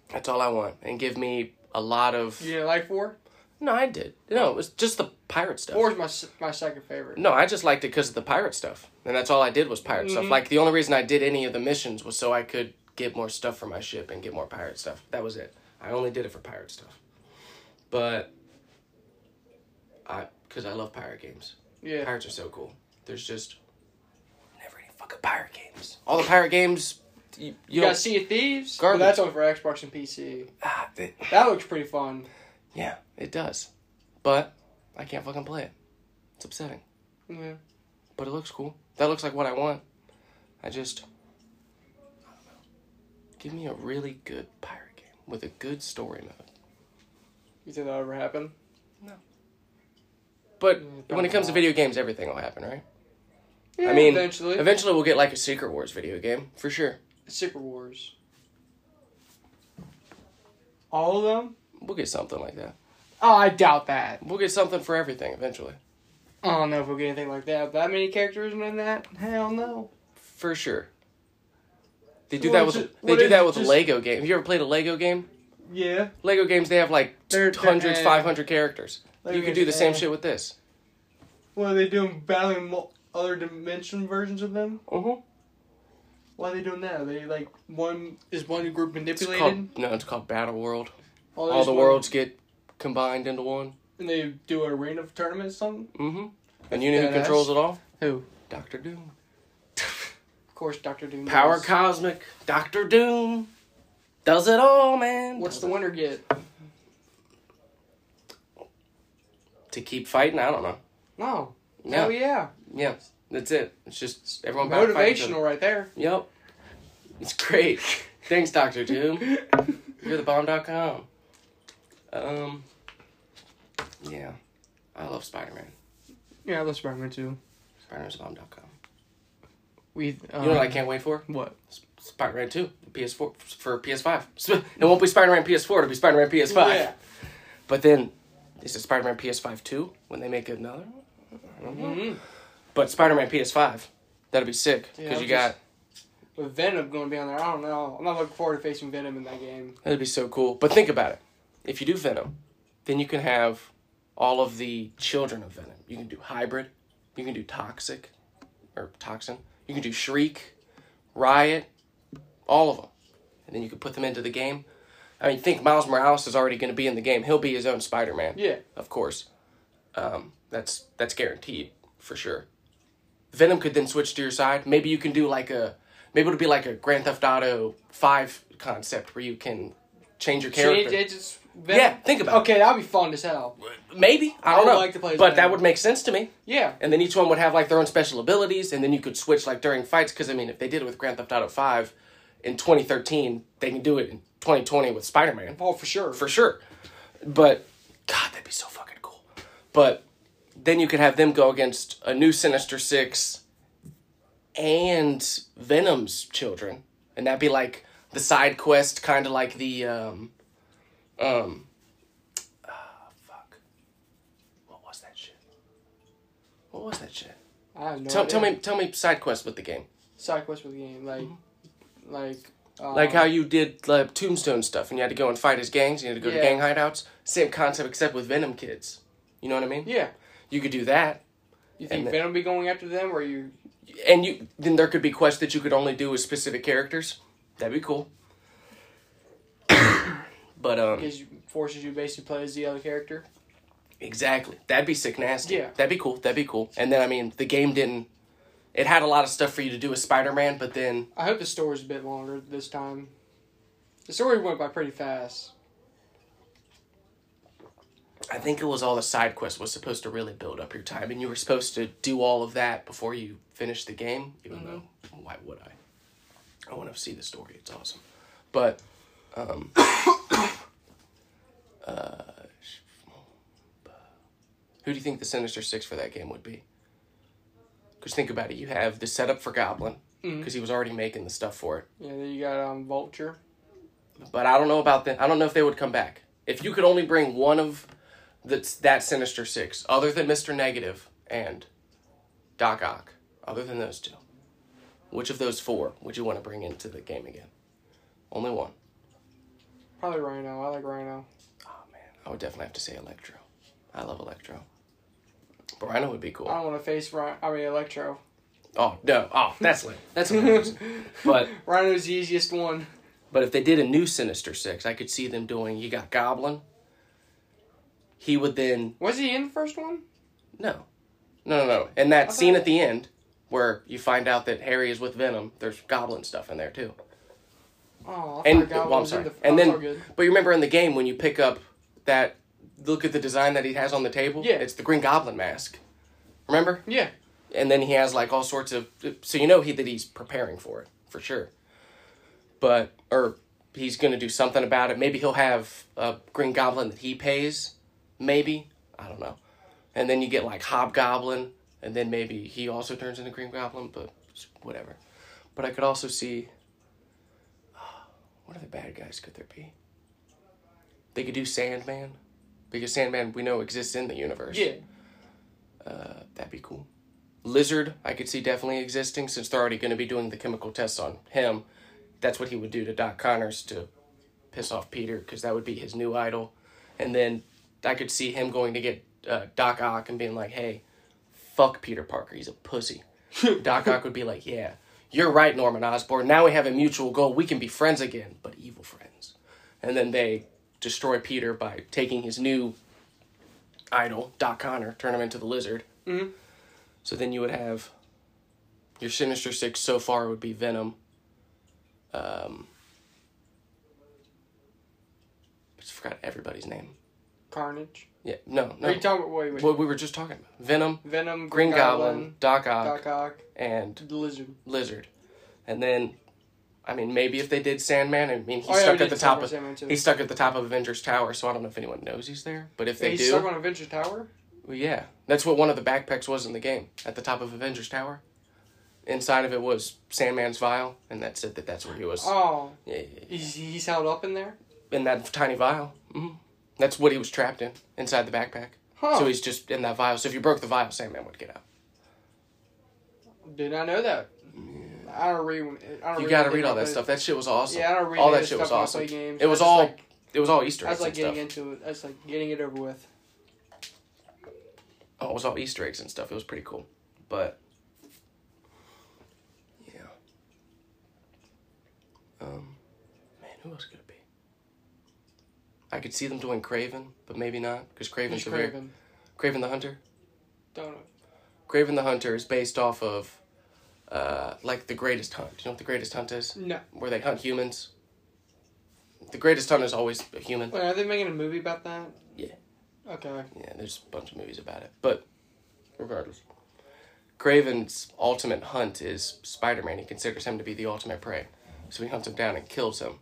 Speaker 1: That's all I want, and give me a lot of.
Speaker 2: You didn't like four?
Speaker 1: No, I did. No, it was just the pirate stuff.
Speaker 2: Four is my s- my second favorite.
Speaker 1: No, I just liked it because of the pirate stuff, and that's all I did was pirate stuff. Like the only reason I did any of the missions was so I could get more stuff for my ship and get more pirate stuff. That was it. I only did it for pirate stuff, but I because I love pirate games.
Speaker 2: Yeah.
Speaker 1: Pirates are so cool. There's just never any fucking pirate games. All the pirate games, you,
Speaker 2: You
Speaker 1: you
Speaker 2: got
Speaker 1: don't.
Speaker 2: Sea of Thieves. But
Speaker 1: Garbage.
Speaker 2: that's only for Xbox and PC.
Speaker 1: Ah, they-
Speaker 2: That looks pretty fun.
Speaker 1: yeah, it does, but I can't fucking play it. It's upsetting,
Speaker 2: Yeah.
Speaker 1: but it looks cool. That looks like what I want. I just I don't know. give me a really good pirate game with a good story mode.
Speaker 2: You think that'll ever happen?
Speaker 1: But
Speaker 2: Mm,
Speaker 1: when it comes to
Speaker 2: probably not.
Speaker 1: video games, everything will happen, right?
Speaker 2: Yeah,
Speaker 1: I mean,
Speaker 2: eventually.
Speaker 1: Eventually, we'll get like a Secret Wars video game for sure.
Speaker 2: Secret Wars. All of them?
Speaker 1: We'll get something like that.
Speaker 2: Oh, I doubt that.
Speaker 1: We'll get something for everything eventually.
Speaker 2: I don't know if we'll get anything like that. That many characters in that? Hell no.
Speaker 1: For sure. They do
Speaker 2: Well,
Speaker 1: that
Speaker 2: it's
Speaker 1: with
Speaker 2: just-
Speaker 1: they
Speaker 2: what
Speaker 1: do
Speaker 2: is
Speaker 1: that
Speaker 2: it
Speaker 1: with
Speaker 2: just-
Speaker 1: Lego game. Have you ever played a Lego game?
Speaker 2: Yeah.
Speaker 1: Lego games they have like
Speaker 2: They're- they're-
Speaker 1: hundreds,
Speaker 2: eh.
Speaker 1: five hundred characters.
Speaker 2: Lego
Speaker 1: you could
Speaker 2: games,
Speaker 1: do the same
Speaker 2: eh.
Speaker 1: shit with this.
Speaker 2: What are they doing? Battling mo- other dimension versions of them?
Speaker 1: Uh-huh.
Speaker 2: Why are they doing that? Are they like one is one group
Speaker 1: It's
Speaker 2: manipulated?
Speaker 1: called no, it's called Battle World.
Speaker 2: All,
Speaker 1: All
Speaker 2: these
Speaker 1: the
Speaker 2: one-
Speaker 1: worlds get combined into one.
Speaker 2: And they do an arena tournament or something?
Speaker 1: Mm-hmm. And you know who
Speaker 2: Badass.
Speaker 1: controls it all?
Speaker 2: Who?
Speaker 1: Doctor Doom.
Speaker 2: Of course, Doctor Doom.
Speaker 1: Power
Speaker 2: does.
Speaker 1: cosmic. Doctor Doom does it all, man.
Speaker 2: What's
Speaker 1: What's
Speaker 2: the winner get?
Speaker 1: to keep fighting? I don't know.
Speaker 2: No.
Speaker 1: Yeah,
Speaker 2: Oh, Hell yeah.
Speaker 1: yeah. That's it. It's just everyone about to fight each other.
Speaker 2: Motivational right there.
Speaker 1: Yep. It's great. Thanks, Doctor Doom. You're the bomb.com. Um, yeah. I love Spider Man.
Speaker 2: Yeah, that's Spider Man too.
Speaker 1: Spider Man's bomb.com.
Speaker 2: We. Um,
Speaker 1: You know what I can't wait for?
Speaker 2: What?
Speaker 1: Spider Man 2, PS4, for PS5. Sp- It won't be Spider Man PS4, it'll be Spider Man PS5.
Speaker 2: Yeah.
Speaker 1: But then, is it Spider Man PS5 2 when they make another one?
Speaker 2: Mm-hmm.
Speaker 1: But Spider Man PS5, that'll be sick.
Speaker 2: Yeah,
Speaker 1: Because you
Speaker 2: I'll
Speaker 1: got,
Speaker 2: just- With Venom going to be on there, I don't know. I'm not looking forward to facing Venom in that game.
Speaker 1: that'd be so cool. But think about it. If you do Venom, then you can have all of the children of Venom. You can do Hybrid, you can do Toxic, or Toxin, you can do Shriek, Riot, all of them. And then you can put them into the game. I mean, think Miles Morales is already going to be in the game. He'll be his own Spider Man.
Speaker 2: Yeah.
Speaker 1: of course. Um, that's that's guaranteed for sure. Venom could then switch to your side. Maybe you can do like a maybe it'll be like a Grand Theft Auto Five concept where you can change your character.
Speaker 2: Change agents. Venom.
Speaker 1: yeah, think about
Speaker 2: Okay, that'd be fun as hell.
Speaker 1: it. Maybe I don't
Speaker 2: I would
Speaker 1: know,
Speaker 2: like to play as
Speaker 1: but that
Speaker 2: Venom.
Speaker 1: would make sense to me.
Speaker 2: Yeah.
Speaker 1: And then each one would have like their own special abilities, and then you could switch like during fights. Because I mean, if they did it with Grand Theft Auto Five in 2013, they can do it in 2020 with Spider Man
Speaker 2: Oh, for sure.
Speaker 1: for sure. But God, that'd be so fucking cool. But then you could have them go against a new Sinister Six and Venom's children, and that'd be like the side quest, kind of like the um, um, ah, fuck, what was that shit? What was that shit?
Speaker 2: I have no
Speaker 1: Tell,
Speaker 2: idea.
Speaker 1: tell me, tell me side quest with the game,
Speaker 2: Side quest with the game, like, like. Um,
Speaker 1: like how you did like Tombstone stuff, and you had to go and fight his gangs, and you had to go
Speaker 2: Yeah.
Speaker 1: to gang hideouts. Same concept, except with Venom kids. You know what I mean?
Speaker 2: Yeah.
Speaker 1: You could do that,
Speaker 2: You think
Speaker 1: And the-
Speaker 2: Venom be going after them, or you?
Speaker 1: and you then there could be quests that you could only do with specific characters. That'd be cool. but um,
Speaker 2: Because forces you basically play as the other character.
Speaker 1: exactly, that'd be sick, nasty.
Speaker 2: Yeah.
Speaker 1: that'd be cool. That'd be cool. And then I mean, the game didn't. It had a lot of stuff for you to do with Spider Man, but then
Speaker 2: I hope the story's a bit longer this time. The story went by pretty fast.
Speaker 1: I think it was all the side quest was supposed to really build up your time, and you were supposed to do all of that before you finish the game. Even though, why would I? I want to see the story. It's awesome, but um, uh, sh- who do you think the Sinister Six for that game would be? Because think about it, you have the setup for Goblin
Speaker 2: Mhm.
Speaker 1: because he was already making the stuff for it.
Speaker 2: Yeah, then you got um, Vulture.
Speaker 1: But I don't know about them. I don't know if they would come back. If you could only bring one of that's that Sinister Six, other than Mister Negative and Doc Ock, other than those two, which of those four would you want to bring into the game again? Only one.
Speaker 2: Probably Rhino. I like Rhino.
Speaker 1: Oh man, I would definitely have to say Electro. I love Electro. But Rhino would be
Speaker 2: I
Speaker 1: cool.
Speaker 2: don't want to face Rhino. I mean Electro.
Speaker 1: Oh no! Oh, that's lame. That's embarrassing. but
Speaker 2: Rhino's the easiest one.
Speaker 1: But if they did a new Sinister Six, I could see them doing. You got Goblin. He would then
Speaker 2: Was he in the first one?
Speaker 1: no, no, no, no. And that scene at the end where you find out that Harry is with Venom, there's Goblin stuff in there too.
Speaker 2: Oh, I
Speaker 1: And
Speaker 2: forgot
Speaker 1: well,
Speaker 2: what
Speaker 1: I'm
Speaker 2: was in
Speaker 1: sorry.
Speaker 2: the.
Speaker 1: and
Speaker 2: that's
Speaker 1: then,
Speaker 2: all good.
Speaker 1: but you remember in the game when you pick up that, look at the design that he has on the table.
Speaker 2: Yeah.
Speaker 1: it's the Green Goblin mask. Remember?
Speaker 2: yeah,
Speaker 1: and then he has like all sorts of so you know he that he's preparing for it for sure but or he's gonna do something about it maybe he'll have a green goblin that he pays maybe i don't know and then you get like hobgoblin and then maybe he also turns into green goblin but whatever but i could also see what other bad guys could there be they could do sandman because sandman we know exists in the universe
Speaker 2: yeah.
Speaker 1: uh, that'd be cool. Lizard, I could see definitely existing since they're already going to be doing the chemical tests on him. That's what he would do to Doc Connors to piss off Peter because that would be his new idol. And then I could see him going to get uh, Doc Ock and being like, hey, fuck Peter Parker. He's a pussy. Doc Ock would be like, yeah, you're right, Norman Osborn. Now we have a mutual goal. We can be friends again, but evil friends. And then they destroy Peter by taking his new idol, Doc Connor, turn him into the lizard.
Speaker 2: Mhm.
Speaker 1: So then you would have your Sinister Six so far would be Venom. Um, I just forgot everybody's name.
Speaker 2: Carnage.
Speaker 1: Yeah, no, no.
Speaker 2: Are you talking about wait, wait.
Speaker 1: what we were just talking about Venom,
Speaker 2: Venom,
Speaker 1: Green Goblin, Doc Ock,
Speaker 2: Doc Ock,
Speaker 1: and
Speaker 2: the Lizard.
Speaker 1: Lizard. And then, I mean, maybe if they did Sandman, I mean, he's
Speaker 2: Oh, yeah, we
Speaker 1: stuck
Speaker 2: did
Speaker 1: at the
Speaker 2: Sandman,
Speaker 1: top of
Speaker 2: Sandman too.
Speaker 1: he's stuck at the top of Avengers Tower. So I don't know if anyone knows he's there, but if they
Speaker 2: he's
Speaker 1: do,
Speaker 2: stuck on Adventure Tower.
Speaker 1: Well, yeah, that's what one of the backpacks was in the game at the top of Avengers Tower. Inside of it was Sandman's vial, and that said that that's where he was.
Speaker 2: Oh,
Speaker 1: Yeah, yeah, yeah.
Speaker 2: he's he's held up in there.
Speaker 1: In that tiny vial. hmm That's what he was trapped in, inside the backpack.
Speaker 2: Huh?
Speaker 1: So he's just in that vial. So if you broke the vial, Sandman would get out.
Speaker 2: Did I know that? I don't read. when- I don't
Speaker 1: You gotta
Speaker 2: when
Speaker 1: read
Speaker 2: I
Speaker 1: all that
Speaker 2: play-
Speaker 1: stuff. That shit was awesome.
Speaker 2: Yeah, I don't read
Speaker 1: all
Speaker 2: any
Speaker 1: that
Speaker 2: of
Speaker 1: shit
Speaker 2: the
Speaker 1: was
Speaker 2: stuff when I
Speaker 1: awesome.
Speaker 2: play games.
Speaker 1: It was
Speaker 2: I just
Speaker 1: all
Speaker 2: like-
Speaker 1: it was all Easter
Speaker 2: I
Speaker 1: eggs
Speaker 2: was like
Speaker 1: and
Speaker 2: getting
Speaker 1: stuff.
Speaker 2: into it. I was like getting it over with.
Speaker 1: Oh, it was all Easter eggs and stuff. It was pretty cool, but yeah. Um, man, who else could it be? I could see them doing Craven, but maybe not because Craven's
Speaker 2: He's
Speaker 1: a very
Speaker 2: Craven.
Speaker 1: Craven the Hunter.
Speaker 2: Don't know.
Speaker 1: Craven the Hunter is based off of, uh, like the Greatest Hunt. Do you know what the Greatest Hunt is?
Speaker 2: No.
Speaker 1: Where they hunt humans. The Greatest Hunt is always a human.
Speaker 2: Wait, are they making a movie about that?
Speaker 1: Yeah.
Speaker 2: Okay.
Speaker 1: Yeah, there's a bunch of movies about it. But regardless, Craven's ultimate hunt is Spider Man. He considers him to be the ultimate prey. So he hunts him down and kills him.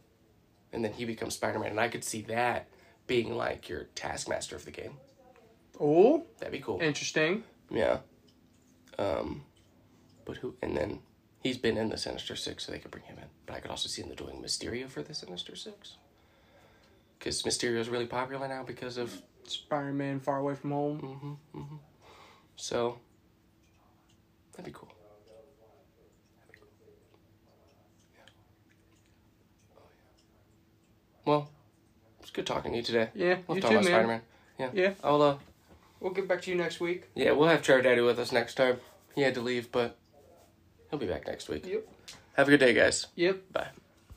Speaker 1: And then he becomes Spider Man. And I could see that being like your taskmaster of the game.
Speaker 2: Oh,
Speaker 1: That'd be cool.
Speaker 2: interesting.
Speaker 1: Yeah. Um, but who? And then he's been in the Sinister Six, so they could bring him in. But I could also see them doing Mysterio for the Sinister Six. Because Mysterio's really popular now because of
Speaker 2: Spider-Man: Far Away from Home.
Speaker 1: hmm hmm So that'd be cool. That'd be cool. Yeah. Oh, yeah. Well, it's good talking to you today.
Speaker 2: Yeah,
Speaker 1: We'll
Speaker 2: you
Speaker 1: talk
Speaker 2: too, man.
Speaker 1: about Spider Man. Yeah.
Speaker 2: Yeah.
Speaker 1: I'll uh
Speaker 2: We'll get back to you next week.
Speaker 1: yeah, we'll have Trevor Daddy with us next time. He had to leave, but he'll be back next week.
Speaker 2: Yep.
Speaker 1: Have a good day, guys.
Speaker 2: Yep.
Speaker 1: Bye.